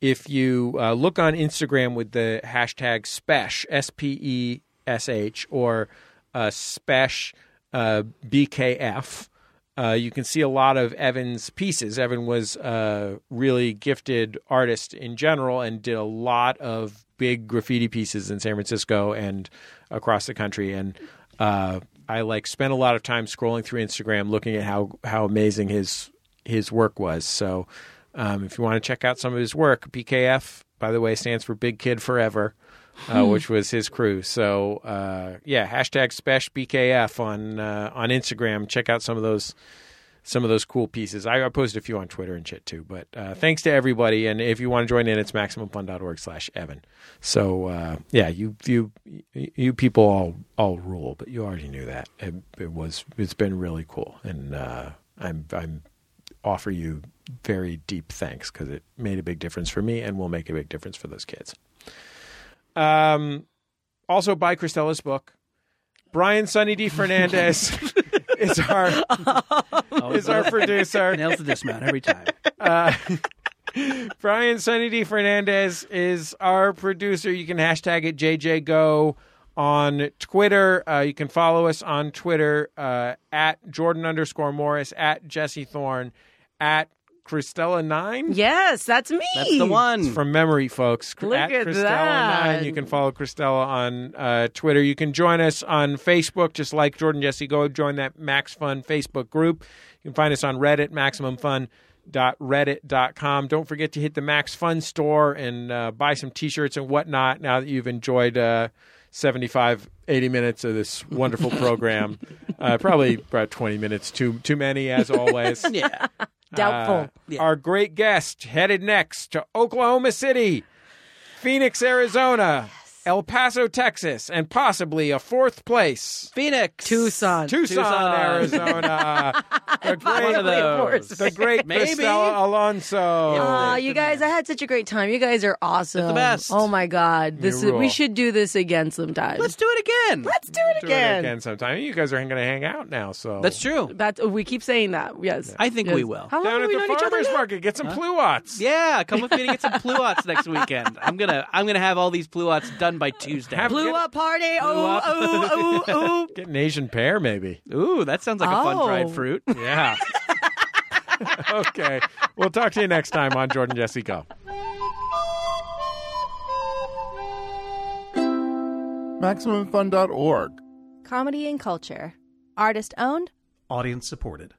if you uh, look on Instagram with the hashtag spesh s p e s h or uh, spesh uh, bkf. Uh, you can see a lot of Evan's pieces. Evan was a really gifted artist in general and did a lot of big graffiti pieces in San Francisco and across the country. And uh, I like spent a lot of time scrolling through Instagram, looking at how how amazing his his work was. So um, if you want to check out some of his work, BKF, by the way, stands for Big Kid Forever, uh,
Hmm.
which was his crew. So uh, yeah, hashtag Spesh BKF on uh, on Instagram. Check out some of those some of those cool pieces. I, I posted a few on Twitter and shit too. But uh, thanks to everybody. And if you want to join in, it's maximumfun.org slash Evan. So uh, yeah, you you you people all all rule, but you already knew that. It, it was it's been really cool, and uh, I'm I'm offer you very deep thanks because it made a big difference for me and will make a big difference for those kids. Um, also buy Christella's book. Brian Sunny D Fernandez is our is our producer.
Nails the dismount every time.
Uh, Brian Sunny D Fernandez is our producer. You can hashtag it JJGo on Twitter. Uh, you can follow us on Twitter uh, at Jordan underscore Morris, at Jesse Thorne, at Christella Nine.
Yes, that's me.
It's from memory, folks.
Look
at,
at
Christella
that.
Nine. You can follow Christella on uh, Twitter. You can join us on Facebook. Just like Jordan Jesse, go join that Max Fun Facebook group. You can find us on Reddit, MaximumFun.reddit.com. Don't forget to hit the Max Fun store and uh, buy some T-shirts and whatnot. Now that you've enjoyed. Uh, 75 80 minutes of this wonderful program uh, probably about 20 minutes too too many as always
yeah
Doubtful.
uh, Our great guest headed next to Oklahoma City, Phoenix, Arizona, El Paso, Texas, and possibly a fourth place.
Phoenix.
Uh, Tucson.
Tucson, Arizona. the
One
great,
of those.
the great
Maybe.
Cristela Alonso.
Aw, you guys, I had such a great time. You guys are awesome.
best.
Oh my god, this
You
is, we
rule.
should do this again sometime.
Let's do it again.
Let's do it
Do it
again.
again sometime. You guys are going to hang out now, so
That's true.
That's we keep saying that. Yes,
I think
Yes.
we will.
How long
Down
have
at
Oh, we
the
known each other?
farmers market, get some pluots.
Yeah, come with me to get some pluots next weekend. I'm gonna I'm gonna have all these pluots done by Tuesday.
Have-
Blew
Get-
up party. Oh,
up.
oh, oh, oh.
Get an Asian pear, maybe.
Ooh, that sounds like a fun
Oh.
dried fruit.
Yeah. okay. We'll talk to you next time on Jordan Jesse Go.
MaximumFun.org.
Comedy and culture. Artist owned.
Audience supported.